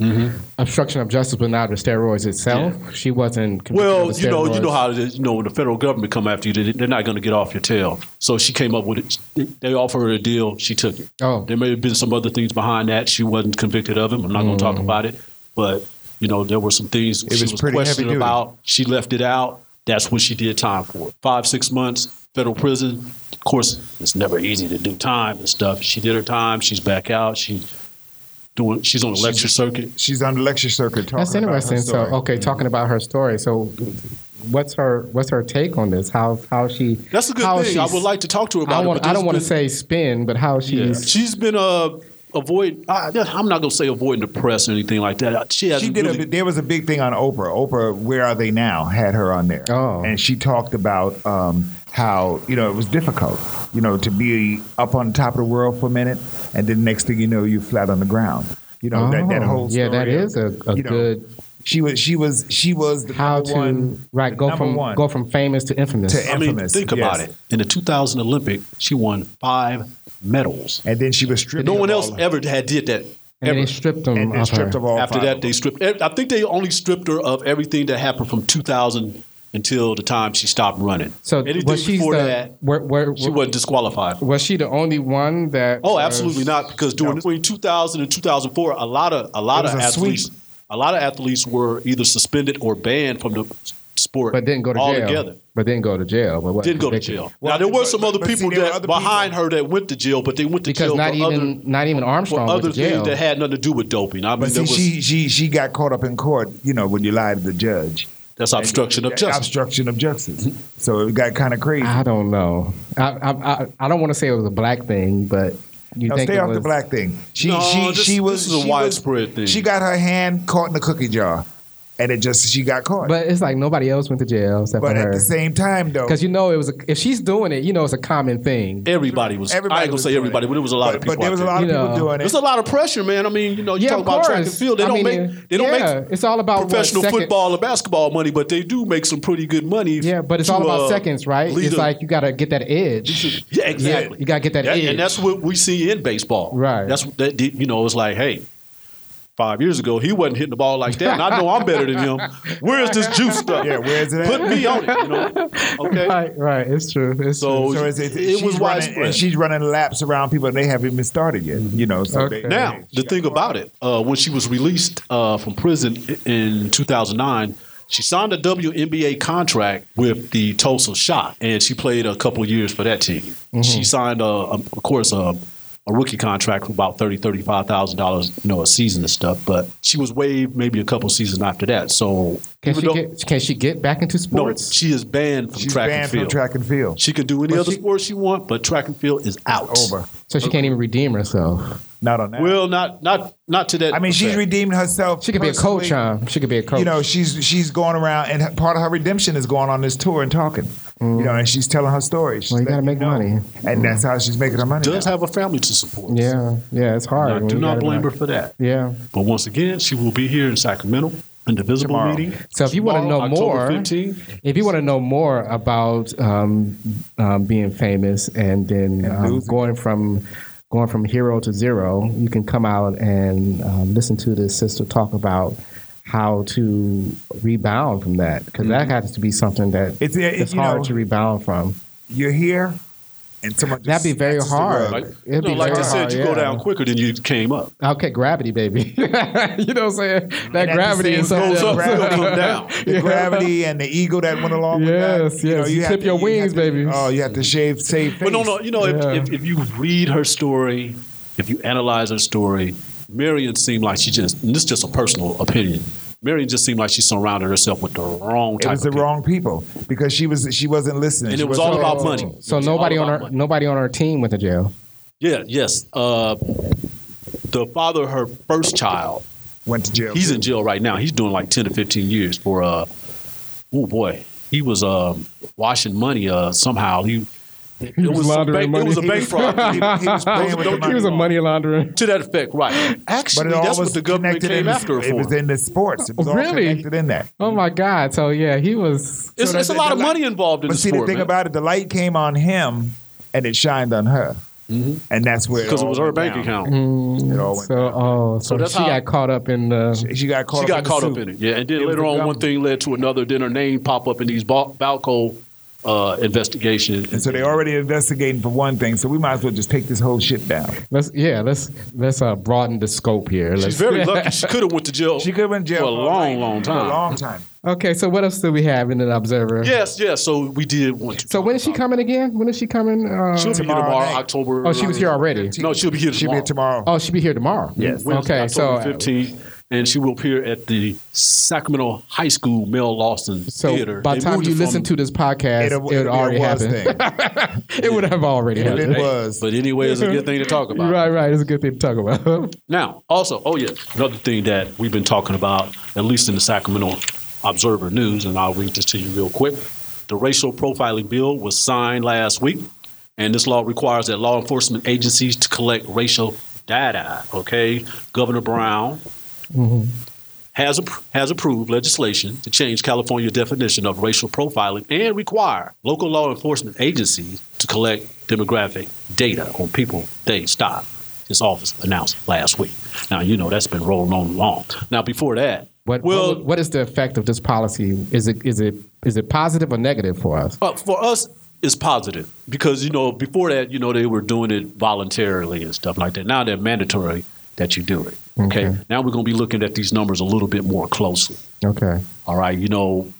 obstruction of justice, but not the steroids itself. She wasn't. convicted
Well,
of the
you know, you know
steroids.
how it is. You know, when the federal government come after you, they- they're not going to get off your tail. So she came up with it. They offered her a deal. She took it.
Oh.
There may have been some other things behind that. She wasn't convicted of it. I'm not going to talk about it. But you know, there were some things she
Mm. was
was,
pretty
questioned
heavy duty.
about. She left it out. That's what she did time for. Five, six months, federal prison. Of course, it's never easy to do time and stuff. She did her time. She's back out. She's doing. She's on the lecture circuit.
She's on the lecture circuit talking
That's interesting.
About her
So
story.
okay, talking about her story. So what's her what's her take on this? How how she?
That's a good
how
thing. I
she's-
would like to talk to her about
I,
it,
want,
but
I don't
there's
want to
been-
say spin, but how
Yeah.
she's.
She's been uh avoid. I, I'm not gonna say avoiding the press or anything like that. She has
She did. A, there was a big thing on Oprah. Oprah, where are they now? Had her on there,
Oh.
and she talked about um, how you know it was difficult, you know, to be up on top of the world for a minute, and then next thing you know, you're flat on the ground. You know that, that
Oh,
whole
yeah, that
story of,
is a, a
you know,
good
She was. She was. She was the
how
number
to
one.
right
the
go
number
from
one.
go from famous to infamous.
To-
I mean,
infamous,
think about
yes.
it. In the 2000 Olympic, she won five medals.
and then she was stripped.
No
of
one
all
else
of-
ever had did that.
and
ever.
they stripped them
And then
of
stripped
her.
of all.
After
five
that,
of
they
them.
stripped. eh, I think they only stripped her of everything that happened from 2000 until the time she stopped running.
so
anything
was she
before
the,
that,
were- were-
she wasn't disqualified.
was she the only one that?
Oh,
was-
absolutely not. Because during between 2000 and 2004, a lot of a lot
It was
of
a
athletes,
sweep.
a lot of athletes were either suspended or banned from the sport,
But didn't go to jail.
altogether.
But didn't go to jail. But what,
Didn't go to
convicted.
jail.
Well,
now there were some
but-
other
but see,
people
there were
that
other
behind her that went to jail, but they went to
because
jail
not
for
even
other
not even
for
Armstrong went
other
to jail.
things that had nothing to do with doping. I mean,
But
there
see,
was,
she she she got caught up in court. You know, when you lie to the judge.
that's obstruction of
Yeah,
justice.
Obstruction of justice. So it got kind of crazy.
I don't know. I I, I, I don't want to say it was a black thing, but you
Now
think
stay
it
off
was,
the black thing. She
No,
she
this-
she was
this is a
she
widespread
was-
thing.
She got her hand caught in the cookie jar, and it just she got caught. But,
But it's like nobody else went to jail except for
at
her.
the same time, though,
Because you know it was a, if she's doing it, you know it's a common thing.
Everybody was. I ain't gonna
was
say
doing
everybody,
it.
but there was a lot
But-
of people.
But there was a lot of
You
people
know.
doing it.
There's a lot of pressure, man. I mean, you know, you
Yeah,
talk
of
about track and
course.
field. They
I
don't
mean,
make they don't
yeah,
make
it's all about what,
professional
second-
football or basketball money, but they do make some pretty good money.
Yeah, but it's all
to,
about
uh,
seconds, right?
lead
It's
a-
like you got to get that edge.
yeah, exactly.
you gotta get that edge.
and that's what we see in baseball.
Right.
That's what that you know. It's like, hey, five years ago he wasn't hitting the ball like that, and I know I'm better than him. Where's this juice stuff?
Yeah, where's it at?
Put me on it. You know. Okay.
Right, right. It's true. It's
So,
So
it,
it's,
it
it's,
was
she's running,
widespread.
and she's running laps around people, and they haven't even started yet. You know, so
Mm-hmm. Okay.
they,
Now, the thing about it, uh, when she was released uh, from prison i- in 2009, she signed a WNBA contract with the Tulsa Shock, and she played a couple of years for that team.
Mm-hmm.
She signed, a, a, of course, a, a rookie contract for about thirty, thirty-five thousand dollars, you know, a season and stuff. But she was waived maybe a couple seasons after that. So
can
even
she
though-
get can she get back into
no,
sports?
she is banned from
she's
track
banned
and field.
from track and field.
she can do any
But
other
she-
sport she want, but track and field is out.
Over.
so she can't even redeem herself.
Not on that.
Well, not not not to that.
I mean, she's
effect.
redeemed herself.
She could be a coach.
personally.
Um, she could be a coach.
you know she's she's going around and her- part of her redemption is going on this tour and talking you know and she's telling her story She's
Mm-hmm. Well, you gotta
letting
make money.
and that's how she's making her money
does
now.
have a family to support.
yeah, yeah. It's
And
hard.
I
when
do
you
not
gotta
blame her
like-
for that.
Yeah.
But once again, she will be here in Sacramento, Indivisible
Tomorrow.
meeting.
So if you wanna
tomorrow,
know
October
more-
15th.
If you want to know more about um, um, being famous and then um,
losing.
going from going from hero to zero, you can come out and um, listen to this sister talk about how to rebound from that because that
Mm-hmm.
has to be something that
It's-
it's,
it- you
hard
know-
to rebound from.
you're here and someone just
That'd be very
snatches the
hard.
rug.
Like,
It'd
you know,
be
like I
very
said,
hard,
you go
yeah.
down quicker than you came up.
Okay, gravity, baby. you know what I'm
Mm-hmm.
saying? That
the
gravity is
same
something. else.
Go up, you gonna Oh,
time, Yeah.
come down.
the gravity and the ego that went along with
Yes,
that.
yes. You
have
tip your
have
wings,
to-
baby.
Oh, you have to shave, save face.
But no, no, you know,
Yeah.
if, if, if you read her story, if you analyze her story, Marion seemed like she just, and this is just a personal opinion, Marion just seemed like she surrounded herself with the wrong
It
type
was
of
the
people.
wrong people because she was she wasn't listening.
And
She
it was
wasn't-
all about money. It
So
was all
nobody on
about
our
money.
nobody on our team went to jail.
Yeah, yes. Uh, the father of her first child
went to jail.
He's in jail right now. He's doing like ten to fifteen years for uh oh boy. He was um washing money uh somehow. He
He was,
a
laundering
bank,
money.
it was a bank fraud.
He, he was playing with the
he was a money launderer.
to that effect, right?
But
Actually,
it all
that's
was
what the government
connected in
came
the-
after her
It
for.
was in the sports. It was all
Really?
connected in that.
Oh my God! So yeah, he was.
It's,
So
it's a
that-
lot of
that-
money involved in
But
the
see,
sport,
the thing
man.
about it, the light came on him, and it shined on her, and that's where
Mm-hmm. because it
all
was her
went
bank
down.
account.
It all went
So oh, so,
that's
she
how-
got caught up in the.
She got
She
caught. up
got
in
caught
the
up
suit.
in it, yeah. And then
It was
later
the
on, one
government.
thing led to another. Then her name pop up in these Bal- Balco uh, investigations.
And so they're already investigating for one thing. So we might as well just take this whole shit down.
Let's yeah, let's let's uh, broaden the scope here.
She's
Let's,
very lucky. She could have went to jail.
She could have been in jail
for a long,
life,
long
for a
time.
long time.
okay, so what else do we have in an observer?
Yes, yes. So we did want to.
So when is she
talk
coming again? When is she coming? Uh,
about- She'll be here
Tomorrow
tomorrow,
night.
October.
oh, she was here already.
No, she'll be here
She'll be
tomorrow.
here tomorrow.
Oh, she'll be here tomorrow.
Yes.
Okay. So uh,
October 15th, and she will appear at the Sacramento High School Mel Lawson
so
Theater.
by the
They
time
moved
you
it
listen to
from-
this podcast, it
It'll-
would
it'll be a
already
was
happen.
thing.
it would have already
And
happened.
it was.
But anyway, it's a good thing to talk about.
Right, right. It's a good thing to talk about.
Now, also, oh yeah, another thing that we've been talking about, at least in the Sacramento Observer News, and I'll read this to you real quick. The racial profiling bill was signed last week, and this law requires that law enforcement agencies to collect racial data. Okay, Governor Brown has appro- has approved legislation to change California's definition of racial profiling and require local law enforcement agencies to collect demographic data on people they stop. His office announced last week. Now you know that's been rolling on long. Now before that,
What,
well,
what- what is the effect of this policy? Is it is it is it positive or negative for us?
Uh, for us, it's positive because you know before that, you know they were doing it voluntarily and stuff like that. Now they're mandatory that you do it. Okay. Now we're going to be looking at these numbers a little bit more closely.
Okay.
All right. You know,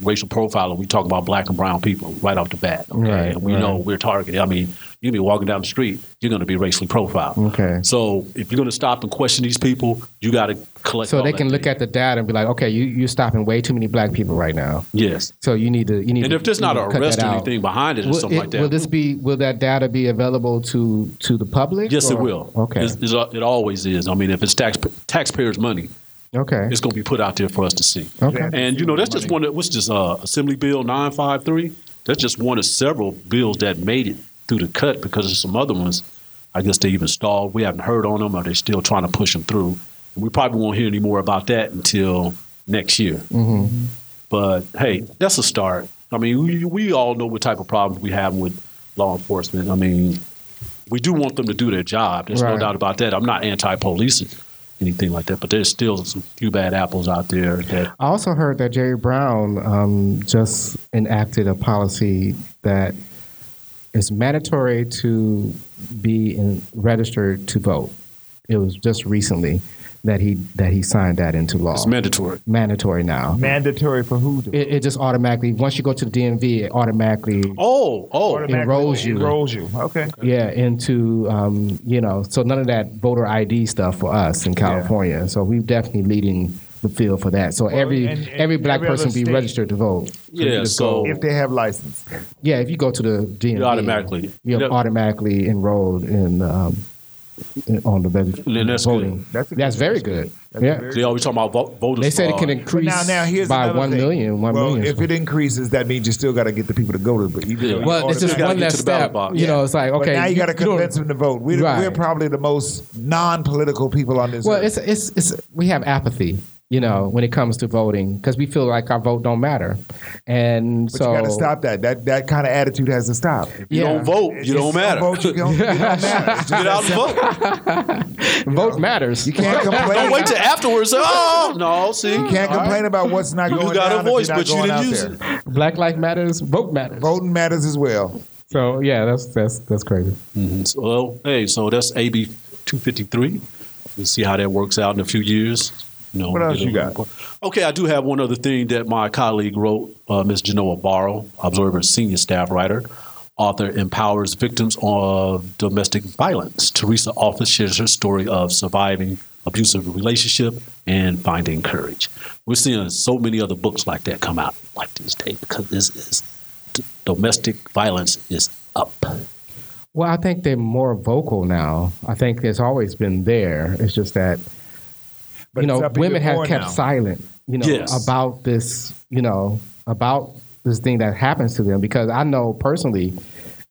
racial profiling. We talk about black and brown people right off the bat. Okay.
Right,
and we
right.
know we're targeted. I mean, you can be walking down the street, you're going to be racially profiled.
Okay.
So if you're going to stop and question these people, you got to collect.
So
all
they
that
can look
data.
at the data and be like, okay, you you're stopping way too many black people right now.
yes.
So you need to you need.
And
to,
if there's
you
not
need
an
to cut
arrest
that
or
out.
anything behind it or
Will
something
it-
like that,
Will this be? Will that data be available to to the public?
Yes, it
or-
will.
Okay.
It's- it's- it always is. I mean, if it's tax, taxpayers' money,
okay.
it's going to be put out there for us to see.
Okay.
And you know, that's just one. Of, what's just uh, Assembly Bill nine five three? That's just one of several bills that made it through the cut because there's some other ones. I guess they even stalled. We haven't heard on them, or they're still trying to push them through. And we probably won't hear any more about that until next year. But hey, that's a start. I mean, we, we all know what type of problems we have with law enforcement. I mean, we do want them to do their job. There's no
Right.
doubt about that. I'm not anti-policing anything like that, but there's still some few bad apples out there that
I also heard that Jerry Brown um, just enacted a policy that it's mandatory to be in, registered to vote. It was just recently that he that he signed that into law.
it's mandatory.
mandatory now.
Mandatory for who? to-
It, it just automatically once you go to the DMV, it automatically
Oh, oh,
automatically
enrolls you.
Enrolls you. Okay.
yeah into um, you know so none of that voter ID stuff for us in California. So we're definitely leading the field for that. So every
and- and
every black
every other
person be
state-
registered to vote. you
Yeah,
just
so-
go-
If they have license.
Yeah, if you go to the DMV,
You're automatically-
you're
Yeah.
automatically enrolled in um, in- on the veg-
Then that's
voting.
good.
That's,
That's a good-
very
that's
good.
That's
yeah,
very-
they always talking about vo- voter
they said it
fraud.
can
But
increase
now, now here's
by
another
one
thing.
million. One
well,
million.
if it increases, that means you still got to get the people to go to. But you
Yeah.
well, it's just
automatically-
one
Gotta get
less
to the ballot
step.
box.
You know,
Yeah.
it's like okay,
but now you got to
you don't-
convince them to vote. We're,
Right.
we're probably the most non-political people on this.
Well,
earth.
it's it's it's we have apathy. You know, when it comes to voting, because we feel like our vote don't matter, and
but
so
you got to stop that. That that kind of attitude has to stop.
You
Yeah.
don't vote,
It's-
you don't
it's-
matter.
Vote, you don't, you don't matter. It's just
Get out and
that simple.
vote.
vote matters.
You can't complain.
Don't wait till afterwards. Oh no, see,
You can't complain about what's not going
You got a
down if
voice,
you're not
but you
going out
didn't use
there.
it.
Black life matters. Vote matters.
Voting matters as well.
So yeah, that's that's that's crazy.
Mm-hmm. So, well, hey, so that's AB 253. We'll see how that works out in a few years. You know,
What else
get a-
you got?
Okay, I do have one other thing that my colleague wrote, uh, Ms. Genoa Barrow, Observer's senior staff writer. Author empowers victims of domestic violence. Teresa Office shares her story of surviving abusive relationship and finding courage. We're seeing so many other books like that come out like these days because this is d- domestic violence is up.
Well, I think they're more vocal now. I think it's always been there. It's just that
But
you know
it's up
women
even
have
more
kept
now.
silent. You know
Yes.
about this. You know about this thing that happens to them because I know personally.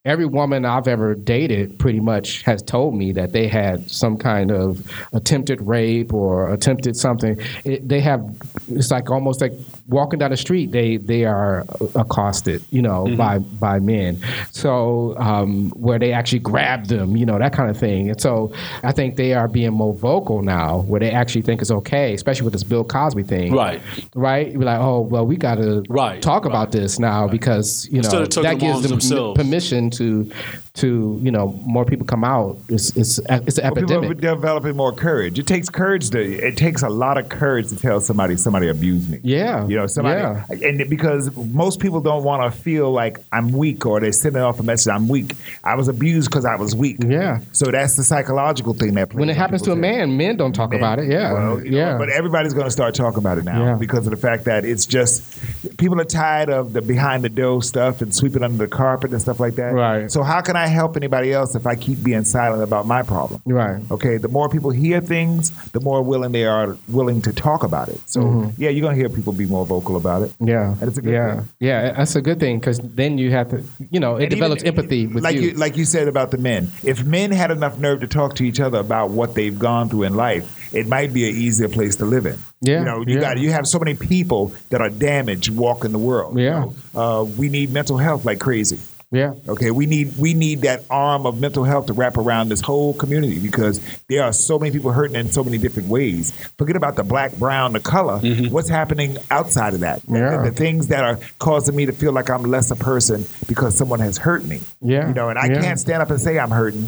every woman I've ever dated pretty much has told me that they had some kind of attempted rape or attempted something. It, they have it's like almost like walking down the street they they are accosted, you know, by by men. So um, where they actually grab them, you know, that kind of thing. And so I think they are being more vocal now, where they actually think it's okay, especially with this Bill Cosby thing,
Right.
Right? You're like, oh well, we got to
Right,
talk
right.
about this now because you know
Instead of took
that
them
gives
on
them
themselves.
permission to to you know more people come out. It's it's it's an
Well,
epidemic.
People are developing more courage. It takes courage to. It takes a lot of courage to tell somebody somebody abused me.
Yeah.
you know somebody,
Yeah.
and because most people don't want to feel like I'm weak or they're sending off a message I'm weak. I was abused because I was weak.
Yeah.
So that's the psychological thing that plays
when it
on
happens to a
people's heads.
man, men don't talk about it. Yeah,
Well, you know,
yeah.
but everybody's going to start talking about it now
Yeah.
because of the fact that it's just people are tired of the behind the dough stuff and sweeping under the carpet and stuff like that.
Right.
So how can I help anybody else if I keep being silent about my problem?
Right.
Okay. The more people hear things, the more willing they are willing to talk about it. So yeah, you're going to hear people be more vocal about it.
Mm-hmm. yeah,
And it's a good
yeah,
thing.
yeah. That's a good thing because then you have to, you know, it
And even-
develops empathy with
like
you.
Like you said about the men, if men had enough nerve to talk to each other about what they've gone through in life, it might be an easier place to live in.
Yeah,
you know, you
yeah.
got you have so many people that are damaged walking the world. you
Yeah.
know. uh, we need mental health like crazy.
yeah,
Okay, we need we need that arm of mental health to wrap around this whole community because there are so many people hurting in so many different ways. Forget about the black, brown, the color. What's happening outside of that?
Mm-hmm. Yeah.
The, the things that are causing me to feel like I'm less a person because someone has hurt me.
Yeah.
you know, and I
Yeah.
can't stand up and say I'm hurting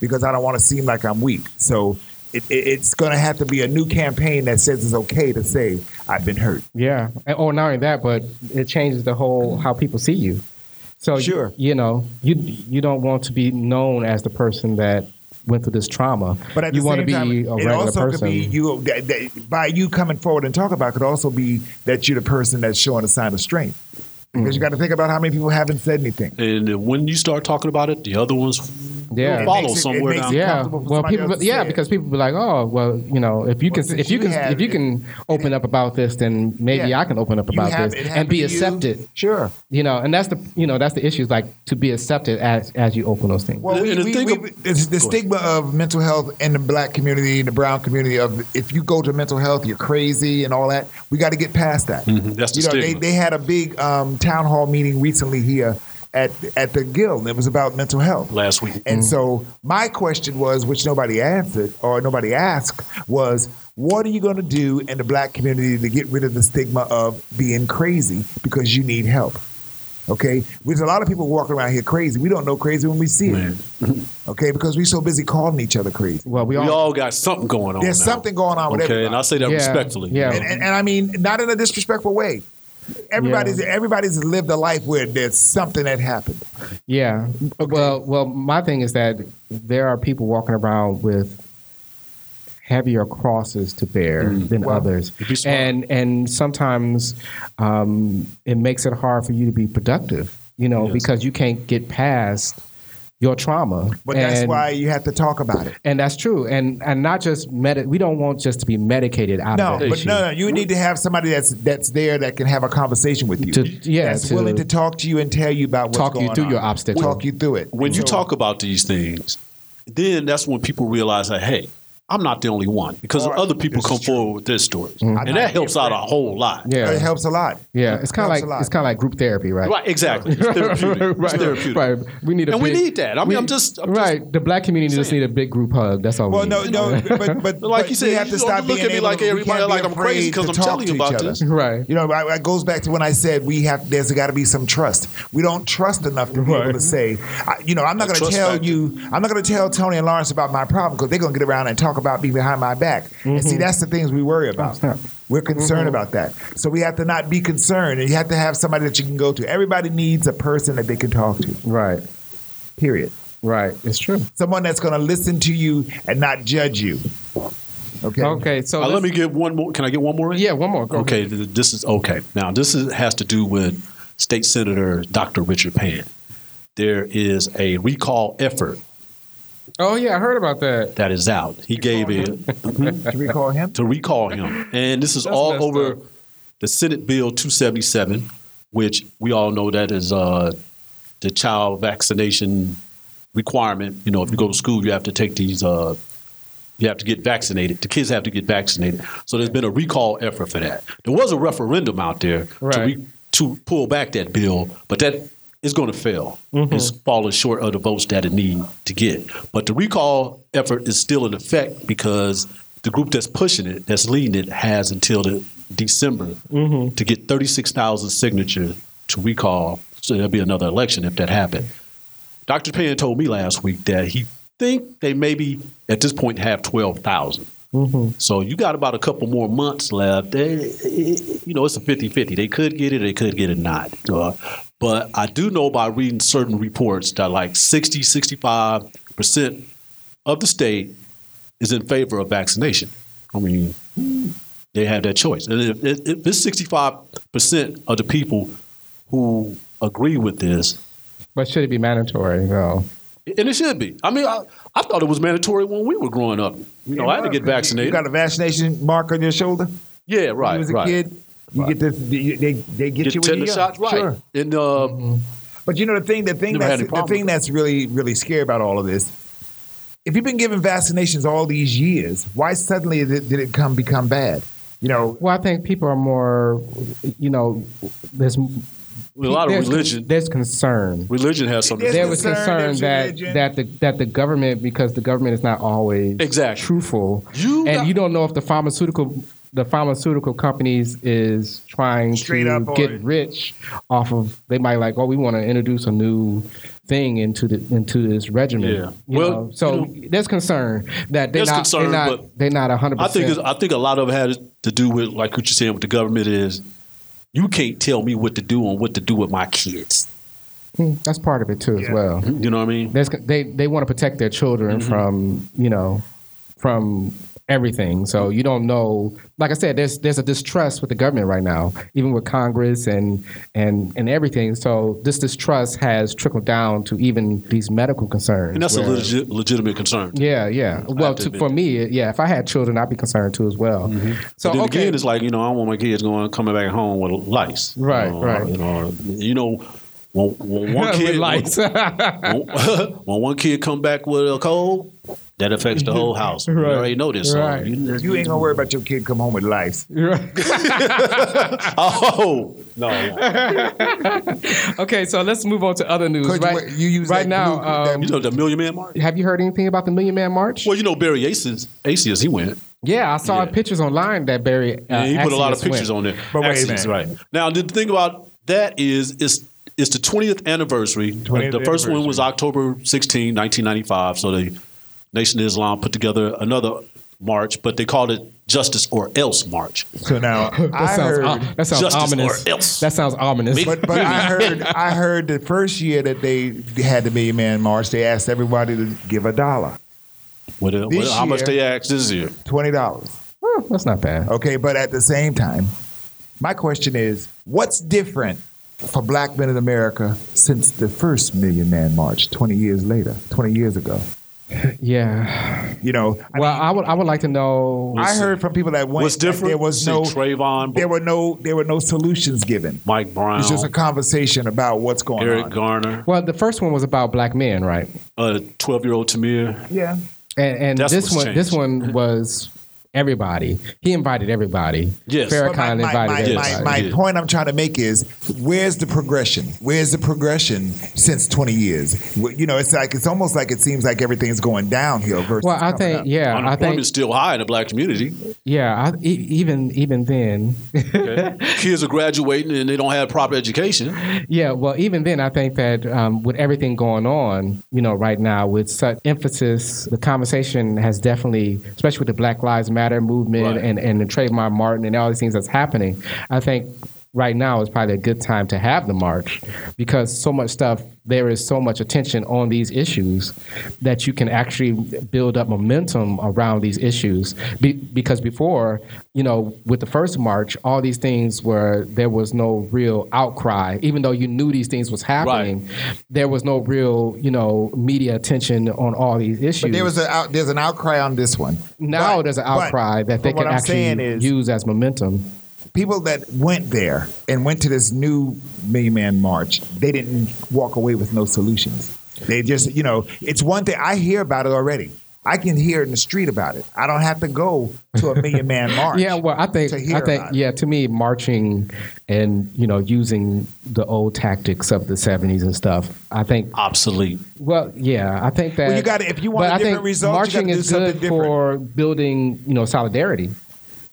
because I don't want to seem like I'm weak. So. It, it, it's going to have to be a new campaign that says it's okay to say I've been hurt.
yeah. And, oh, not only that, but it changes the whole how people see you. So you-
Sure.
you, know, you you don't want to be known as the person that went through this trauma.
But at
you
the
want
same
to
time,
be a
it
regular
also
person.
could be you that, that, by you coming forward and talking about it could also be that you're the person that's showing a sign of strength. Because you
Mm-hmm.
got to think about how many people haven't said anything.
And when you start talking about it, the other ones
yeah.
follow
It makes it- it
somewhere
makes
down.
it
yeah
comfortable for
well
somebody
people
else to
yeah
say it.
because people be like oh well you know if you
Well,
can
since
if you
you
can
have
if you
it-
can open up about this then maybe
Yeah.
i can open up
You
about
have- it
this and
happened
be
to you.
accepted you.
Sure.
know and that's the you know that's the issue is like to be accepted as as you open those things
Well, we,
And the
we,
thing
we,
of-
it's the stigma of mental health in the black community, in the brown community, of if you go to mental health, you're crazy and all that. We got to get past that.
Mm-hmm, that's the
you know,
stigma.
They, they had a big um, town hall meeting recently here at at the Guild. It was about mental health.
last week.
And so my question was, which nobody answered or nobody asked, was what are you going to do in the black community to get rid of the stigma of being crazy because you need help? Okay, there's a lot of people walking around here crazy. We don't know crazy when we see it. Okay, because we're so busy calling each other crazy.
well we
we
all,
all got something going on.
There's
now.
something going on with
Oh, Okay, and
everybody.
I say that
Yeah,
respectfully.
yeah.
And, and, and I mean, not in a disrespectful way. Everybody's everybody's lived a life where there's something that happened.
yeah well well my thing is that there are people walking around with heavier crosses to bear
Mm.
than others
you'd be smart.
and and sometimes um, it makes it hard for you to be productive you know because you can't get past your trauma
But that's
And-
why you have to talk about it.
and that's true and and not just med- we don't want just to be medicated out
No,
of that
but
issue.
no, no. You need to have somebody that's that's there that can have a conversation with you.
To- yeah,
that's
to-
willing to talk to you and tell you about what's
Talk you
going
through
on.
your obstacle.
Talk you through it.
When you
So-
talk about these things, then that's when people realize that hey, I'm not the only one because
All right,
other people
this
come
is true.
forward with their stories,
I'm
and
not
that helps out a whole lot.
Mm-hmm. yeah
it helps a lot.
yeah it's kind
Helps
of like
a lot.
it's kind of like group therapy right
Right, exactly. It's therapeutic. It's
right,
therapeutic.
right. We need a
And we
big-
need that. I mean,
we-
I'm just- I'm just
right. the black community just need a big group hug. That's all.
Well,
we
no,
need.
no, but but
Like
but
you said,
we have
you
to
don't
stop
look
being
at me
able
like
to- we
everybody
can't be
like I'm crazy
afraid
'cause
to
I'm
talk
telling you
to
about
each other.
this.
Right.
You know, I- it goes back to when I said we have. There's got to be some trust. We don't trust enough to be able to say, I, you know, I'm not
The
going
trust
to tell
factor.
you. I'm not going to tell Tony and Lawrence about my problem because they're going to get around and talk about me behind my back. And see, that's the things we worry about. We're concerned about that. So we have to not be concerned, and you have to have somebody that you can go to. Everybody needs a person that they can talk to.
Right.
Period.
Right. It's true.
Someone that's going to listen to you and not judge you. Okay.
Okay. So
Uh, let
let's-
me get one more. Can I get one more? in?
Yeah. One more. Go
Okay,
ahead.
th- this is okay. Now, this is, has to do with State Senator Dr. Richard Pan. There is a recall effort
Oh yeah, I heard about that.
that is out. He gave it
Should we call him?
to recall him, and this is
That's
all
messed
over
up.
the Senate Bill 277, which we all know that is uh, the child vaccination requirement. You know, if you go to school, you have to take these. Uh, you have to get vaccinated. The kids have to get vaccinated. So there's been a recall effort for that. There was a referendum out there to,
Right.
re- to pull back that bill, but that is going to fail. It's falling short of the votes that it need to get. But the recall effort is still in effect because the group that's pushing it, that's leading it, has until the December to get 36,000 signatures to recall. So there'll be another election if that happened. Dr. Pan told me last week that he think they maybe at this point have twelve So you got about a couple more months left. They, you know, it's a 50-50. They could get it, they could get it not. Uh, but I do know by reading certain reports that like 60, 65% of the state is in favor of vaccination. I mean, they have that choice. And if, if if it's 65% of the people who agree with this,
But should it be mandatory though?
and it should be. I mean, I, I thought it was mandatory when we were growing up. You know, I had to get
You
vaccinated.
got a vaccination mark on your shoulder?
yeah, right,
you was a
right.
kid. You get this. you- They they get,
Get
you with
tetanus shots, right?
Sure.
And uh,
But you know the thing, the thing
Never had
that's
any
the
problem
thing
with
that's really really scary about all of this. If you've been giving vaccinations all these years, why suddenly did it, did it come become bad? You know,
Well, I think people are more, you know, there's
with a lot of
there's-
religion.
There's concern.
religion has something.
There's
there was
concern,
concern
there's
that
religion.
that the that the government because the government is not always
Exactly.
truthful,
You
and
got-
you don't know if the pharmaceutical the pharmaceutical companies is trying
Straight
to
up or-
get rich off of. They might like, oh, we want to introduce a new thing into the into this regimen.
Yeah.
You
Well,
know? so
you
there's concern that they're
There's
not
concern,
they're
but
not they're not 100.
I think it's, I think a lot of it had to do with like what you're saying with the government is you can't tell me what to do and what to do with my kids.
Hmm, that's part of it too as well.
You know what I mean?
There's, they they want to protect their children
Mm-hmm.
from you know from everything. So you don't know. Like I said, there's there's a distrust with the government right now, even with Congress and and and everything. So this distrust has trickled down to even these medical concerns.
And that's a
where-
legit, legitimate concern.
yeah, yeah. Well,
to
to,
admit
for
that. Mm-hmm.
me, yeah. If I had children, I'd be concerned too as well. So
But then
okay,
again, it's like you know, I don't want my kids going coming back home with lice. you
Right,
know,
right.
You know, you know, when, when one
With
kid
lice.
when, when one kid come back with a cold, that affects the whole house. You
Right.
already know this. so
Right.
you-
you ain't gonna worry about your kid come home with lice.
oh no,
okay. So let's move on to other news.
Could you-
Right,
you use
right
that
now.
blue-
um,
you know the Million Man March.
have you heard anything about the Million Man March?
Well, you know Barry Aces, Aces, he went.
Yeah, I saw
Yeah.
pictures online that Barry. Uh,
and he put a lot of
Axios went.
pictures on there.
But wait
Axios,
a minute.
right now, the thing about that is, it's it's the twentieth anniversary.
20th
the first one was
anniversary.
October 16, 1995. So the Nation of Islam put together another march, but they called it Justice or Else March.
So now
That
I
sounds,
heard,
uh, that sounds
Justice
ominous.
or else.
That sounds ominous.
but but I heard I heard the first year that they had the Million Man March, they asked everybody to give a dollar,
What, what,
This
how much
year-
they asked this year?
twenty dollars.
Oh, that's not bad.
Okay, but at the same time, my question is, what's different for black men in America since the first Million Man March 20 years later, 20 years ago?
Yeah.
You know, I,
Well, I would. I would like to know.
I heard from people that went
What's
that
different?
there was
See,
no
Trayvon,
there were no there were no solutions given.
Mike Brown,
It's just a conversation about what's going
Eric
on.
Garner,
Well, the first one was about black men, right?
uh, twelve-year-old Tamir.
yeah.
And, and
That's
this
what's
one, this
changed.
one was everybody. He invited everybody.
Yes.
Farrakhan
But my, my,
invited
my,
everybody.
my, my
Yes.
point I'm trying to make is where's the progression? Where's the progression since 20 years? Wh- You know, it's like it's almost like it seems like everything's going downhill versus
well, I
coming
think
up.
yeah, I think
Unemployment's still high in the black community.
yeah. I, e- even even then,
Kids are graduating and they don't have proper education.
Yeah, well, even then, I think that um, with everything going on, you know, right now with such emphasis, the conversation has definitely, especially with the Black Lives Matter movement
Right.
and, and the Trayvon Martin and all these things that's happening, I think right now is probably a good time to have the march because so much stuff, there is so much attention on these issues that you can actually build up momentum around these issues. Be, because before, you know, with the first march, all these things were there was no real outcry, even though you knew these things was happening. There was no real, you know, media attention on all these issues.
But there was a out, there's an outcry on this one.
now
But-
there's an
but-
outcry that they
but what
can
I'm
actually
saying is-
use as momentum.
people that went there and went to this new Million Man March, they didn't walk away with no solutions. They just, you know, it's one thing I hear about it already. I can hear it in the street about it. I don't have to go to a Million Man March.
Yeah, well, I think
to hear
I think
about it.
yeah. To me, marching and you know using the old tactics of the '70s and stuff. I think
Obsolete.
Well, yeah, I think that.
Well, you gotta- if you want
but
a
I
different
think
result, you
marching
gotta do
is good
something
for building, you know, solidarity.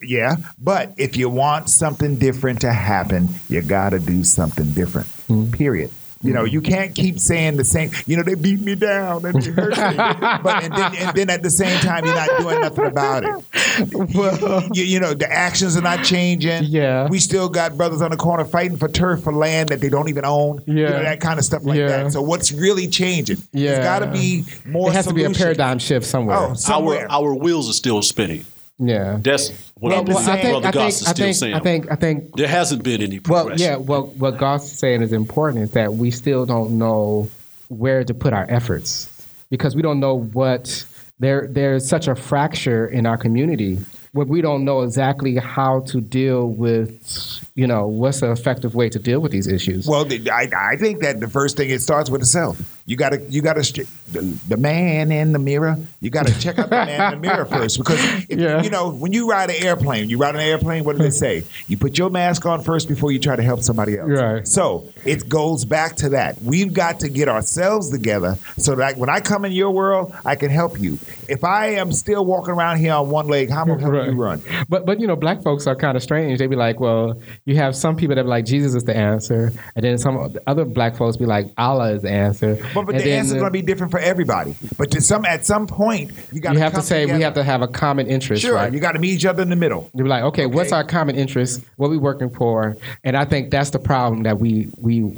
Yeah, but if you want something different to happen, you got to do something different.
Hmm.
Period. You know, you can't keep saying the same. You know, they beat me down and they hurt me, but and then, and then at the same time, you're not doing nothing about it. you, you know, the actions are not changing.
Yeah.
we still got brothers on the corner fighting for turf for land that they don't even own. you know,
Yeah.
that kind of stuff like
Yeah.
that. So what's really changing? it's
Yeah.
got to be more.
It has to be a
solutions.
paradigm shift somewhere.
Oh, somewhere.
Our our wheels are still spinning.
yeah.
That's what
Well,
I'm
well, I
saying.
think-
Brother
I think,
Goss is
I
still
think,
saying.
I think, I think,
there hasn't been any progression.
well, yeah, well, what Goss is saying is important is that we still don't know where to put our efforts because we don't know what there. There's such a fracture in our community where we don't know exactly how to deal with, you know, what's an effective way to deal with these issues.
Well, the- I, I think that the first thing it starts with itself. You gotta, you gotta, str- the, the man in the mirror. You gotta check out the man in the mirror first because if,
Yeah.
you know when you ride an airplane, you ride an airplane. What do they say? You put your mask on first before you try to help somebody else.
Right.
So it goes back to that. We've got to get ourselves together so that when I come in your world, I can help you. If I am still walking around here on one leg, how am I gonna help
Right.
you run?
But but you know, black folks are kind of strange. They be like, well, you have some people that be like Jesus is the answer, and then some other black folks be like Allah is the answer.
But, but
And
the
then,
answer's
uh,
gonna be different for everybody. But to some, at some point, you gotta
you have to
come
say we
together.
have to have a common interest,
Sure,
right?
you got to meet each other in the middle.
You're like, okay, what's
Okay.
our common interest? What we working for? And I think that's the problem that we we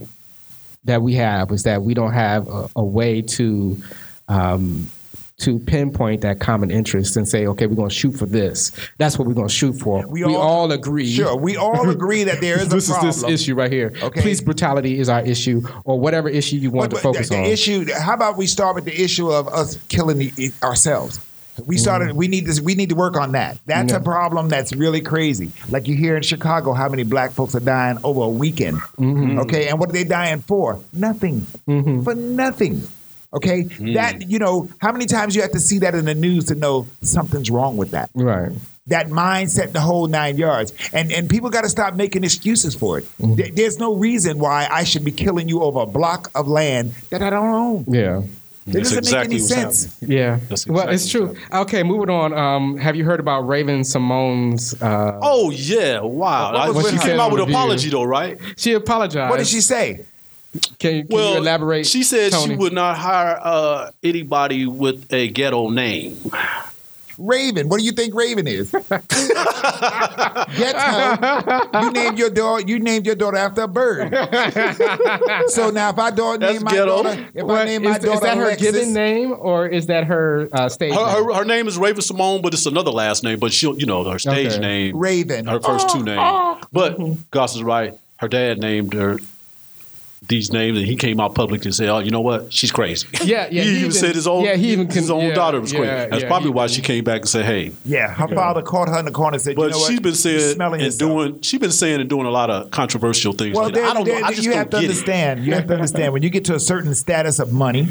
that we have is that we don't have a, a way to um, to pinpoint that common interest and say, okay, we're gonna shoot for this. That's what we're gonna shoot for. We, all, agree.
Sure, we all agree that there is
this
a problem.
is this issue right here.
Okay.
Police brutality is our issue, or whatever issue you want
But-
to
but
focus
the, the
on.
issue. How about we start with the issue of us killing the, ourselves? We started. We need this. We need to work on that. That's
Mm. Yeah.
a problem that's really crazy. Like you hear in Chicago, how many black folks are dying over a weekend?
Mm-hmm.
Okay, and what are they dying for? Nothing. For nothing. Okay,
Mm.
that you know, how many times you have to see that in the news to know something's wrong with that?
right.
that mindset the whole nine yards and and people got to stop making excuses for it
Mm-hmm.
There- there's no reason why i should be killing you over a block of land that i don't own
Yeah.
it
That's
doesn't
exactly
make
what's
any sense
Yeah.
That's
well, it's true.
exactly
Okay, moving on. Um, have you heard about Raven Simone's? Uh,
Oh yeah! Wow!
What
I-
was with
she
her?
came out with an
Review.
apology though, right?
she apologized.
what did she say
Can, you- can you elaborate?
She said
Tony?
she would not hire uh, anybody with a ghetto name.
raven what do you think raven is get her. you named your daughter you named your daughter after a bird so now if i don't
That's
name my
ghetto.
daughter if i
What-
name my
is,
daughter
is that her
Alexis-
given name or is that her uh, stage?
Her,
name?
her, her name is Raven Simone, but it's another last name. But she, will you know, her stage
Okay.
name,
Raven.
her first two names.
oh.
But
Mm-hmm.
Goss is right. Her dad named her these names, and he came out public and said, "Oh, you know what? She's crazy."
Yeah, yeah, he
he, even,
even-
said his own.
yeah, he even
his
con-
own
yeah,
daughter was
yeah,
crazy. That's
yeah,
probably
he-
why she came back and said, "Hey."
yeah her father caught her in the corner and said
But
you know
she's
what?
been
You're
saying
smelling
and
yourself."
doing. She's been saying and doing a lot of controversial things.
Well,
And I
there-
don't
there-
know. I just
you
don't
have to
get it.
understand. You have to understand when you get to a certain status of money,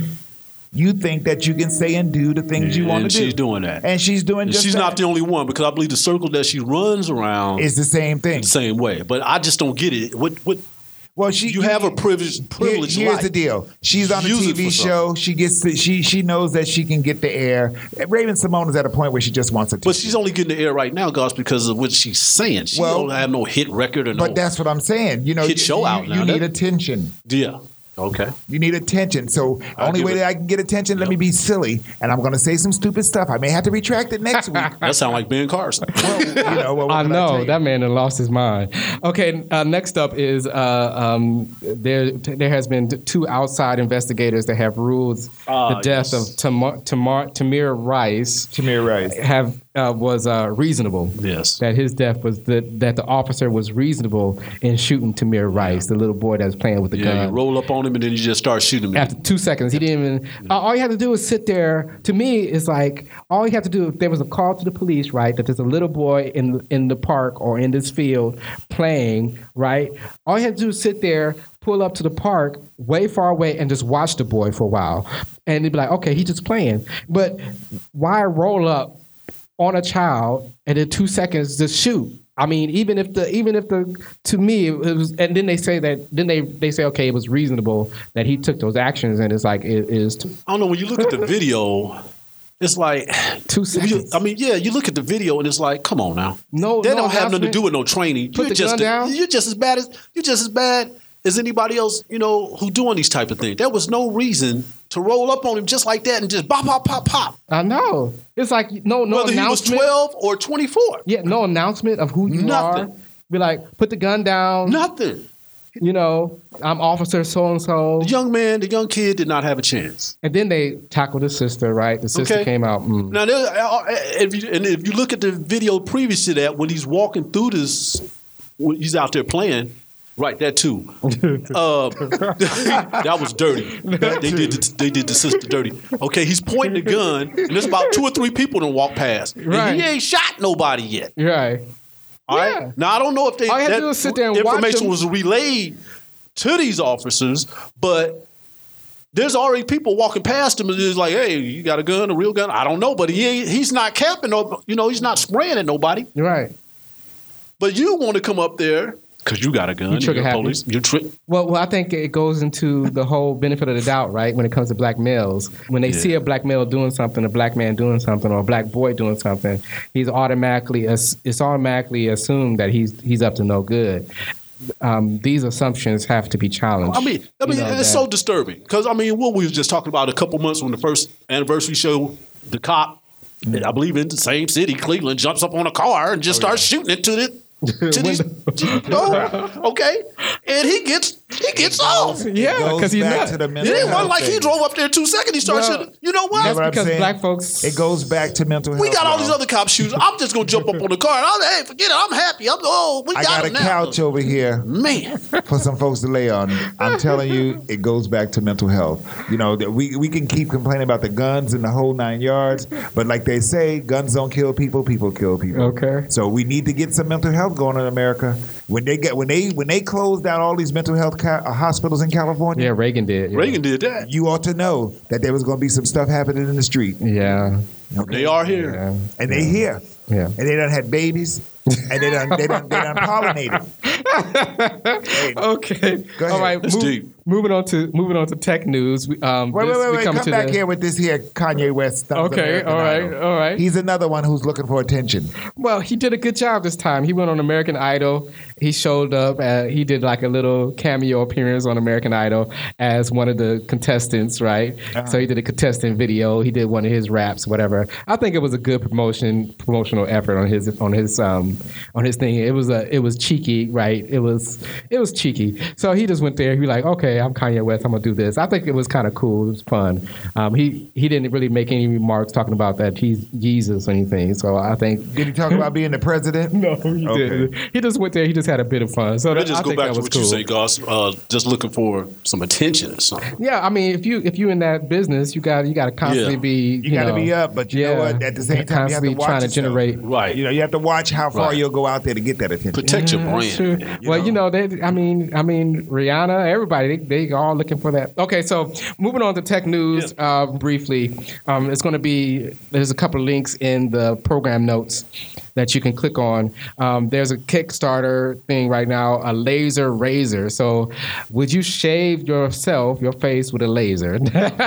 you think that you can say and do the things you want to
And
do.
she's doing that.
and she's doing.
And
Just
she's
that.
not the only one because I believe the circle that she runs around
It's the same thing.
the same way. But I just don't get it. What what
Well, she
you have a privileged
Here-
privileged
here's
life.
the deal. She's on a
Use it
TV
for
show. She gets to, she she knows that she can get the air. Raven Simone is at a point where she just wants a
But
t-
she's only getting the air right now, Goss, because of what she's saying. She
Well,
don't have no hit record or no.
But that's what I'm saying. You know,
Hit
you-
show
you,
out
you
now.
need
That-
attention.
yeah. Okay.
You need attention. So
I'll
only
give
way
it-
that I can get attention, let me be silly, and I'm going to say some stupid stuff. I may have to retract it next week.
That sounds like Ben Carson.
well, you know, well, what
I
can tell
know
you?
that man done lost his mind. Okay, uh, next up is uh, um, there. There has been t- two outside investigators that have ruled the
Ah,
death
yes.
of Tamar, Tamar, Tamir Rice.
Tamir Rice.
have uh, was uh, reasonable.
Yes.
That his death was that that the officer was reasonable in shooting Tamir Rice, the little boy that was playing with the
Yeah, you
gun.
roll up on him and then you just start shooting him.
After two seconds, he didn't even. all you have to do is sit there. To me, it's like all you have to do. If there was a call to the police, right, that there's a little boy in in the park or in this field playing, right. All you have to do is sit there, pull up to the park, way far away, and just watch the boy for a while, and they'd be like, okay, he's just playing. But why roll up on a child and in two seconds just shoot. I mean, even if the even if the to me it was, and then they say that then they they say okay, it was reasonable that he took those actions, and it's like it is t-
I don't know. When you look at the video, it's like
two
If you-
seconds.
I mean, yeah, you look at the video and it's like, come on now.
No-
they
no
don't have nothing to
announcement.
do with no training.
Put
you're
the gun
just
down.
you're just as bad as you're just as bad as anybody else, you know, who doing these type of things. There was no reason to roll up on him just like that and just pop, pop, pop, pop.
I know it's like no no
Whether he was
announcement.
twelve or twenty four,
yeah, no announcement of who you
Nothing.
are. Be like, put the gun down.
nothing.
You know, I'm Officer So and So.
The young man, the young kid, did not have a chance.
And then they tackled his sister. Right, the sister
Okay.
came out. Mm.
Now, there, uh, if you, and if you look at the video previous to that, when he's walking through this, when he's out there playing. Right, that too. Uh, that was dirty. they did. The, they did the sister dirty. Okay, he's pointing the gun, and there's about two or three people that walk past. And
Right.
he ain't shot nobody yet.
Right.
All right.
Yeah.
Now I don't know if they
All you had to
that
do was sit there and watch
information
them.
was relayed to these officers, but there's already people walking past him and it's like, hey, you got a gun, a real gun? I don't know, but he ain't, he's not capping, no- you know, he's not spraying at nobody.
Right.
But you want to come up there because you got a gun,
You
you
trigger
are
happy.
police, you tri-
Well, well, I think it goes into the whole benefit of the doubt, right? When it comes to black males, when they see a black male doing something, a black man doing something, or a black boy doing something, he's automatically ass- it's automatically assumed that he's he's up to no good. Um, these assumptions have to be challenged.
I mean, I
You
mean,
know,
it's
that-
so disturbing because I mean, what we was just talking about a couple months when the first anniversary show, the cop, I believe in the same city, Cleveland, jumps up on a car and just starts shooting it to the to these door, okay, and he gets he gets off. It
yeah,
goes
because he's
back
not.
to the mental
didn't
health
want like he
thing.
drove up there two seconds. He starts
Well,
shooting. You know
That's
what?
what I'm
because
saying.
black folks-
It goes back to mental health.
We got all these
y'all.
other cop shoes. I'm just gonna jump up on the car and I'm hey, forget it. I'm happy. I'm oh, we
I
got,
got a
him now.
couch over here
Man,
for some folks to lay on. I'm telling you, it goes back to mental health. You know, that we, we can keep complaining about the guns and the whole nine yards, but like they say, guns don't kill people, people kill people.
Okay.
So we need to get some mental health going in America. When they get when they when they close down all these mental health ca- uh, hospitals in California,
Yeah, Reagan did. yeah.
Reagan did that.
you ought to know that there was going to be some stuff happening in the street.
Yeah,
Okay?
They are here.
yeah,
and they here.
yeah.
and they done had babies, and they done they done they done pollinated. Hey,
Okay.
Go ahead.
All right.
That's
move-
deep.
Moving on to moving on to tech news. we- Um,
Wait,
this-
wait, wait,
we
wait! Come,
come to
back
the-
here with this here Kanye West stuff.
Okay, all right, all right.
He's another one who's looking for attention.
Well, he did a good job this time. He went on American Idol. He showed up. Uh, he did like a little cameo appearance on American Idol as one of the contestants, right? So he did a contestant video. He did one of his raps, whatever. I think it was a good promotion promotional effort on his on his um on his thing. It was a it was cheeky, right? It was it was cheeky. So he just went there. He was like, okay, I'm Kanye West. I'm gonna do this. I think it was kind of cool. It was fun. Um, he he didn't really make any remarks talking about that he's Jesus or anything. So I think
Did he talk about being the president?
no, he
Okay.
didn't. He just went there. He just had a bit of fun. So
Let's
that,
just
I
go
think
back
that
to
was
what
cool.
you say, Goss. Uh, just looking for some attention or something.
Yeah, I mean, if you if you in that business, you got you got to constantly
Yeah.
be you,
You gotta
know,
be up, but you know what? At the same time, you have
constantly
to watch
trying to
yourself.
generate.
Right.
You know, you have to watch how far
Right.
you'll go out there to get that attention.
protect your
Yeah,
brand.
that's Mm-hmm. true.
man.
you
well,
know.
you know, they, I mean, I mean, Rihanna, everybody, they, they all looking for that. Okay, so moving on to tech news uh, briefly. Um, it's going to be there's a couple of links in the program notes that you can click on. Um, there's a Kickstarter thing right now, a laser razor. So, would you shave yourself, your face with a laser?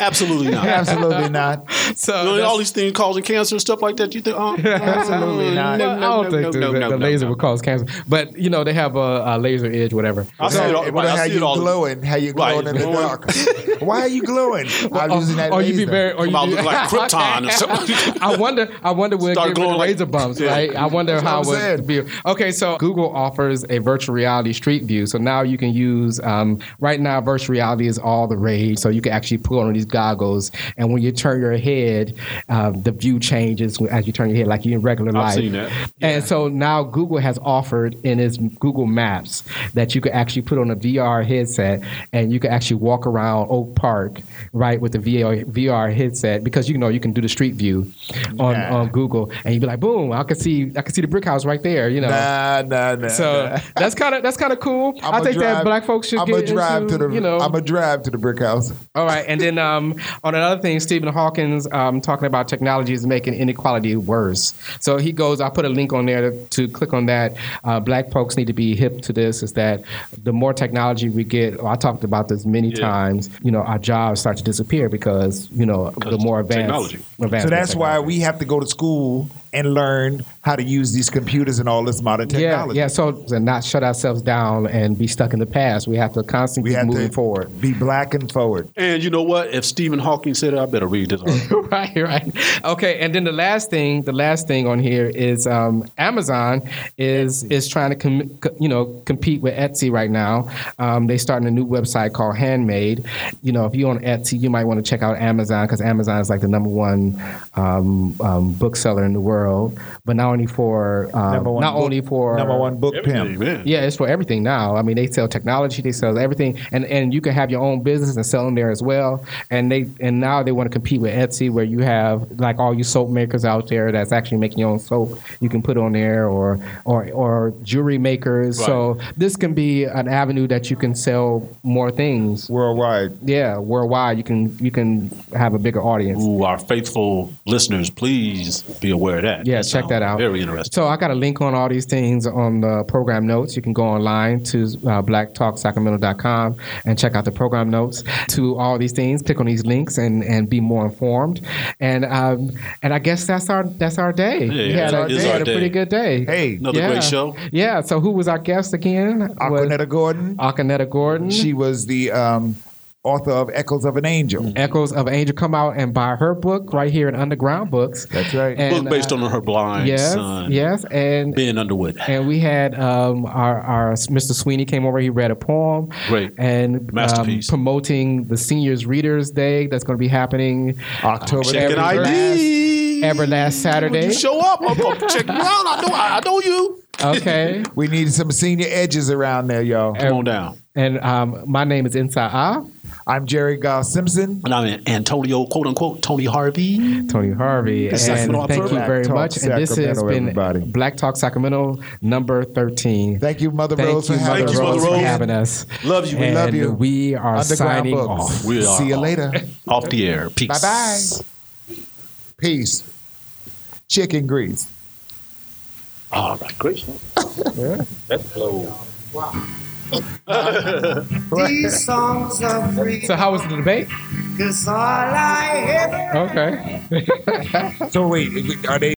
Absolutely not.
Absolutely not.
so
You know,
that's-
all these things causing cancer and stuff like that. You think? Oh, absolutely
not.
I don't think the, the laser would cause cancer, but you know they have a, a laser edge, whatever.
I see it all.
What
Right, I
how
see
you
it all.
glowing? How you
Right, oh,
glowing in the
glowing.
dark? Why are you glowing? I'm using that
or you be
laser.
very, or you
Come out
be,
looking like Krypton or something.
I wonder. I wonder. Will it
Start
get rid
glowing
of
like-
razor bumps? comes, right? I wonder
That's
how it
what I'm
would be. Okay, so Google offers a virtual reality street view. So now you can use, um, right now, virtual reality is all the rage. So you can actually put on these goggles, and when you turn your head, um, the view changes as you turn your head, like you in regular life.
seen that.
And so now Google has offered in its Google Maps that you could actually put on a VR headset and you could actually walk around Oak Park, right, with the VR, VR headset because you know you can do the street view on,
Yeah.
on Google and you'd be like, boom, I can see I can see the brick house right there, you know.
Nah, nah, nah.
So
nah.
that's kind of that's kind of cool.
I'm
i think that black folks should
I'm
get
a drive
into,
to the.
you know.
I'm a drive to the brick house.
All right, and then um, on another thing, Stephen Hawkins um, talking about technology is making inequality worse. So he goes, I put a link on there to, to click on that. Uh, black folks need to be hip to this. Is that the more technology we get? oh, I talked about this many times. You know, our jobs start to disappear because you know the more advanced
technology.
advanced
So that's why
technology.
we have to go to school and learn how to use these computers and all this modern technology.
Yeah, yeah. So and not shut ourselves down and be stuck in the past. We have to constantly
We
keep
have
moving
to
forward.
be black and forward.
And you know what? If Stephen Hawking said it, I better read this. article.
right, right. Okay, and then the last thing, the last thing on here is um, Amazon is is trying to com- co- you know compete with Etsy right now. Um, they starting a new website called Handmade. You know, if you're on Etsy, you might want to check out Amazon because Amazon is like the number one um, um, bookseller in the world. But not only for um,
Number one
not
book-
only for
number one book
Everything,
pimp.
man.
yeah, it's for everything now. I mean, they sell technology, they sell everything, and and you can have your own business and sell them there as well. And they and now they want to compete with Etsy, where you have like all you soap makers out there that's actually making your own soap. You can put on there, or or or jewelry makers. So this can be an avenue that you can sell more things.
Worldwide.
Yeah, worldwide, you can you can have a bigger audience.
Ooh, our faithful listeners, please be aware of that.
Yeah, check
sounds
that out.
Very interesting.
So I got a link on all these things on the program notes. You can go online to uh, blacktalksacramento.com and check out the program notes to all these things. Click on these links and, and be more informed. And um, and I guess that's our that's our day.
Yeah,
we
yeah,
had, a,
it's
we
our
had a
day.
pretty good day.
Hey,
Another
yeah.
great show.
Yeah. So who was our guest again?
Aquanetta Gordon.
Was Akoneta Gordon.
She was the um, author of Echoes of an Angel.
Echoes of Angel come out and buy her book right here in Underground Books.
That's right.
And,
Book based
uh,
on her blind
yes,
son,
yes, and
Ben Underwood.
and we had um, our, our Mr. Sweeney came over. He read a poem.
Great.
And um,
Masterpiece.
promoting the Seniors Readers Day that's going to be happening uh,
October
Check
every
an
last-
ID.
every last
When
Saturday.
you show up, I'm gonna check you out. I know, I know you.
Okay.
We need some senior edges around there, y'all.
Come on down.
And um, my name is Inside Ah,
I'm Jerry Goss Simpson.
And I'm Antonio, quote unquote, Tony Harvey.
Tony Harvey. And
It's Sacramento
thank you
October.
very
Black Talk
much. And this has
Sacramento,
been
everybody.
Black Talk Sacramento number 13.
Thank you, Mother
Thank
Rose,
you,
for having
Mother
Thank
us.
you, Mother
Rose, for
Rose.
having us.
Love you. We
And
love you.
We are
Underground
signing
Books.
off.
We are
See you
off.
later.
Off the air. Peace.
bye bye. Peace. Chicken grease.
All right, great show. That's low.
These songs are free,
So, how was the debate?
'cause all I ever
Okay.
So wait, are they?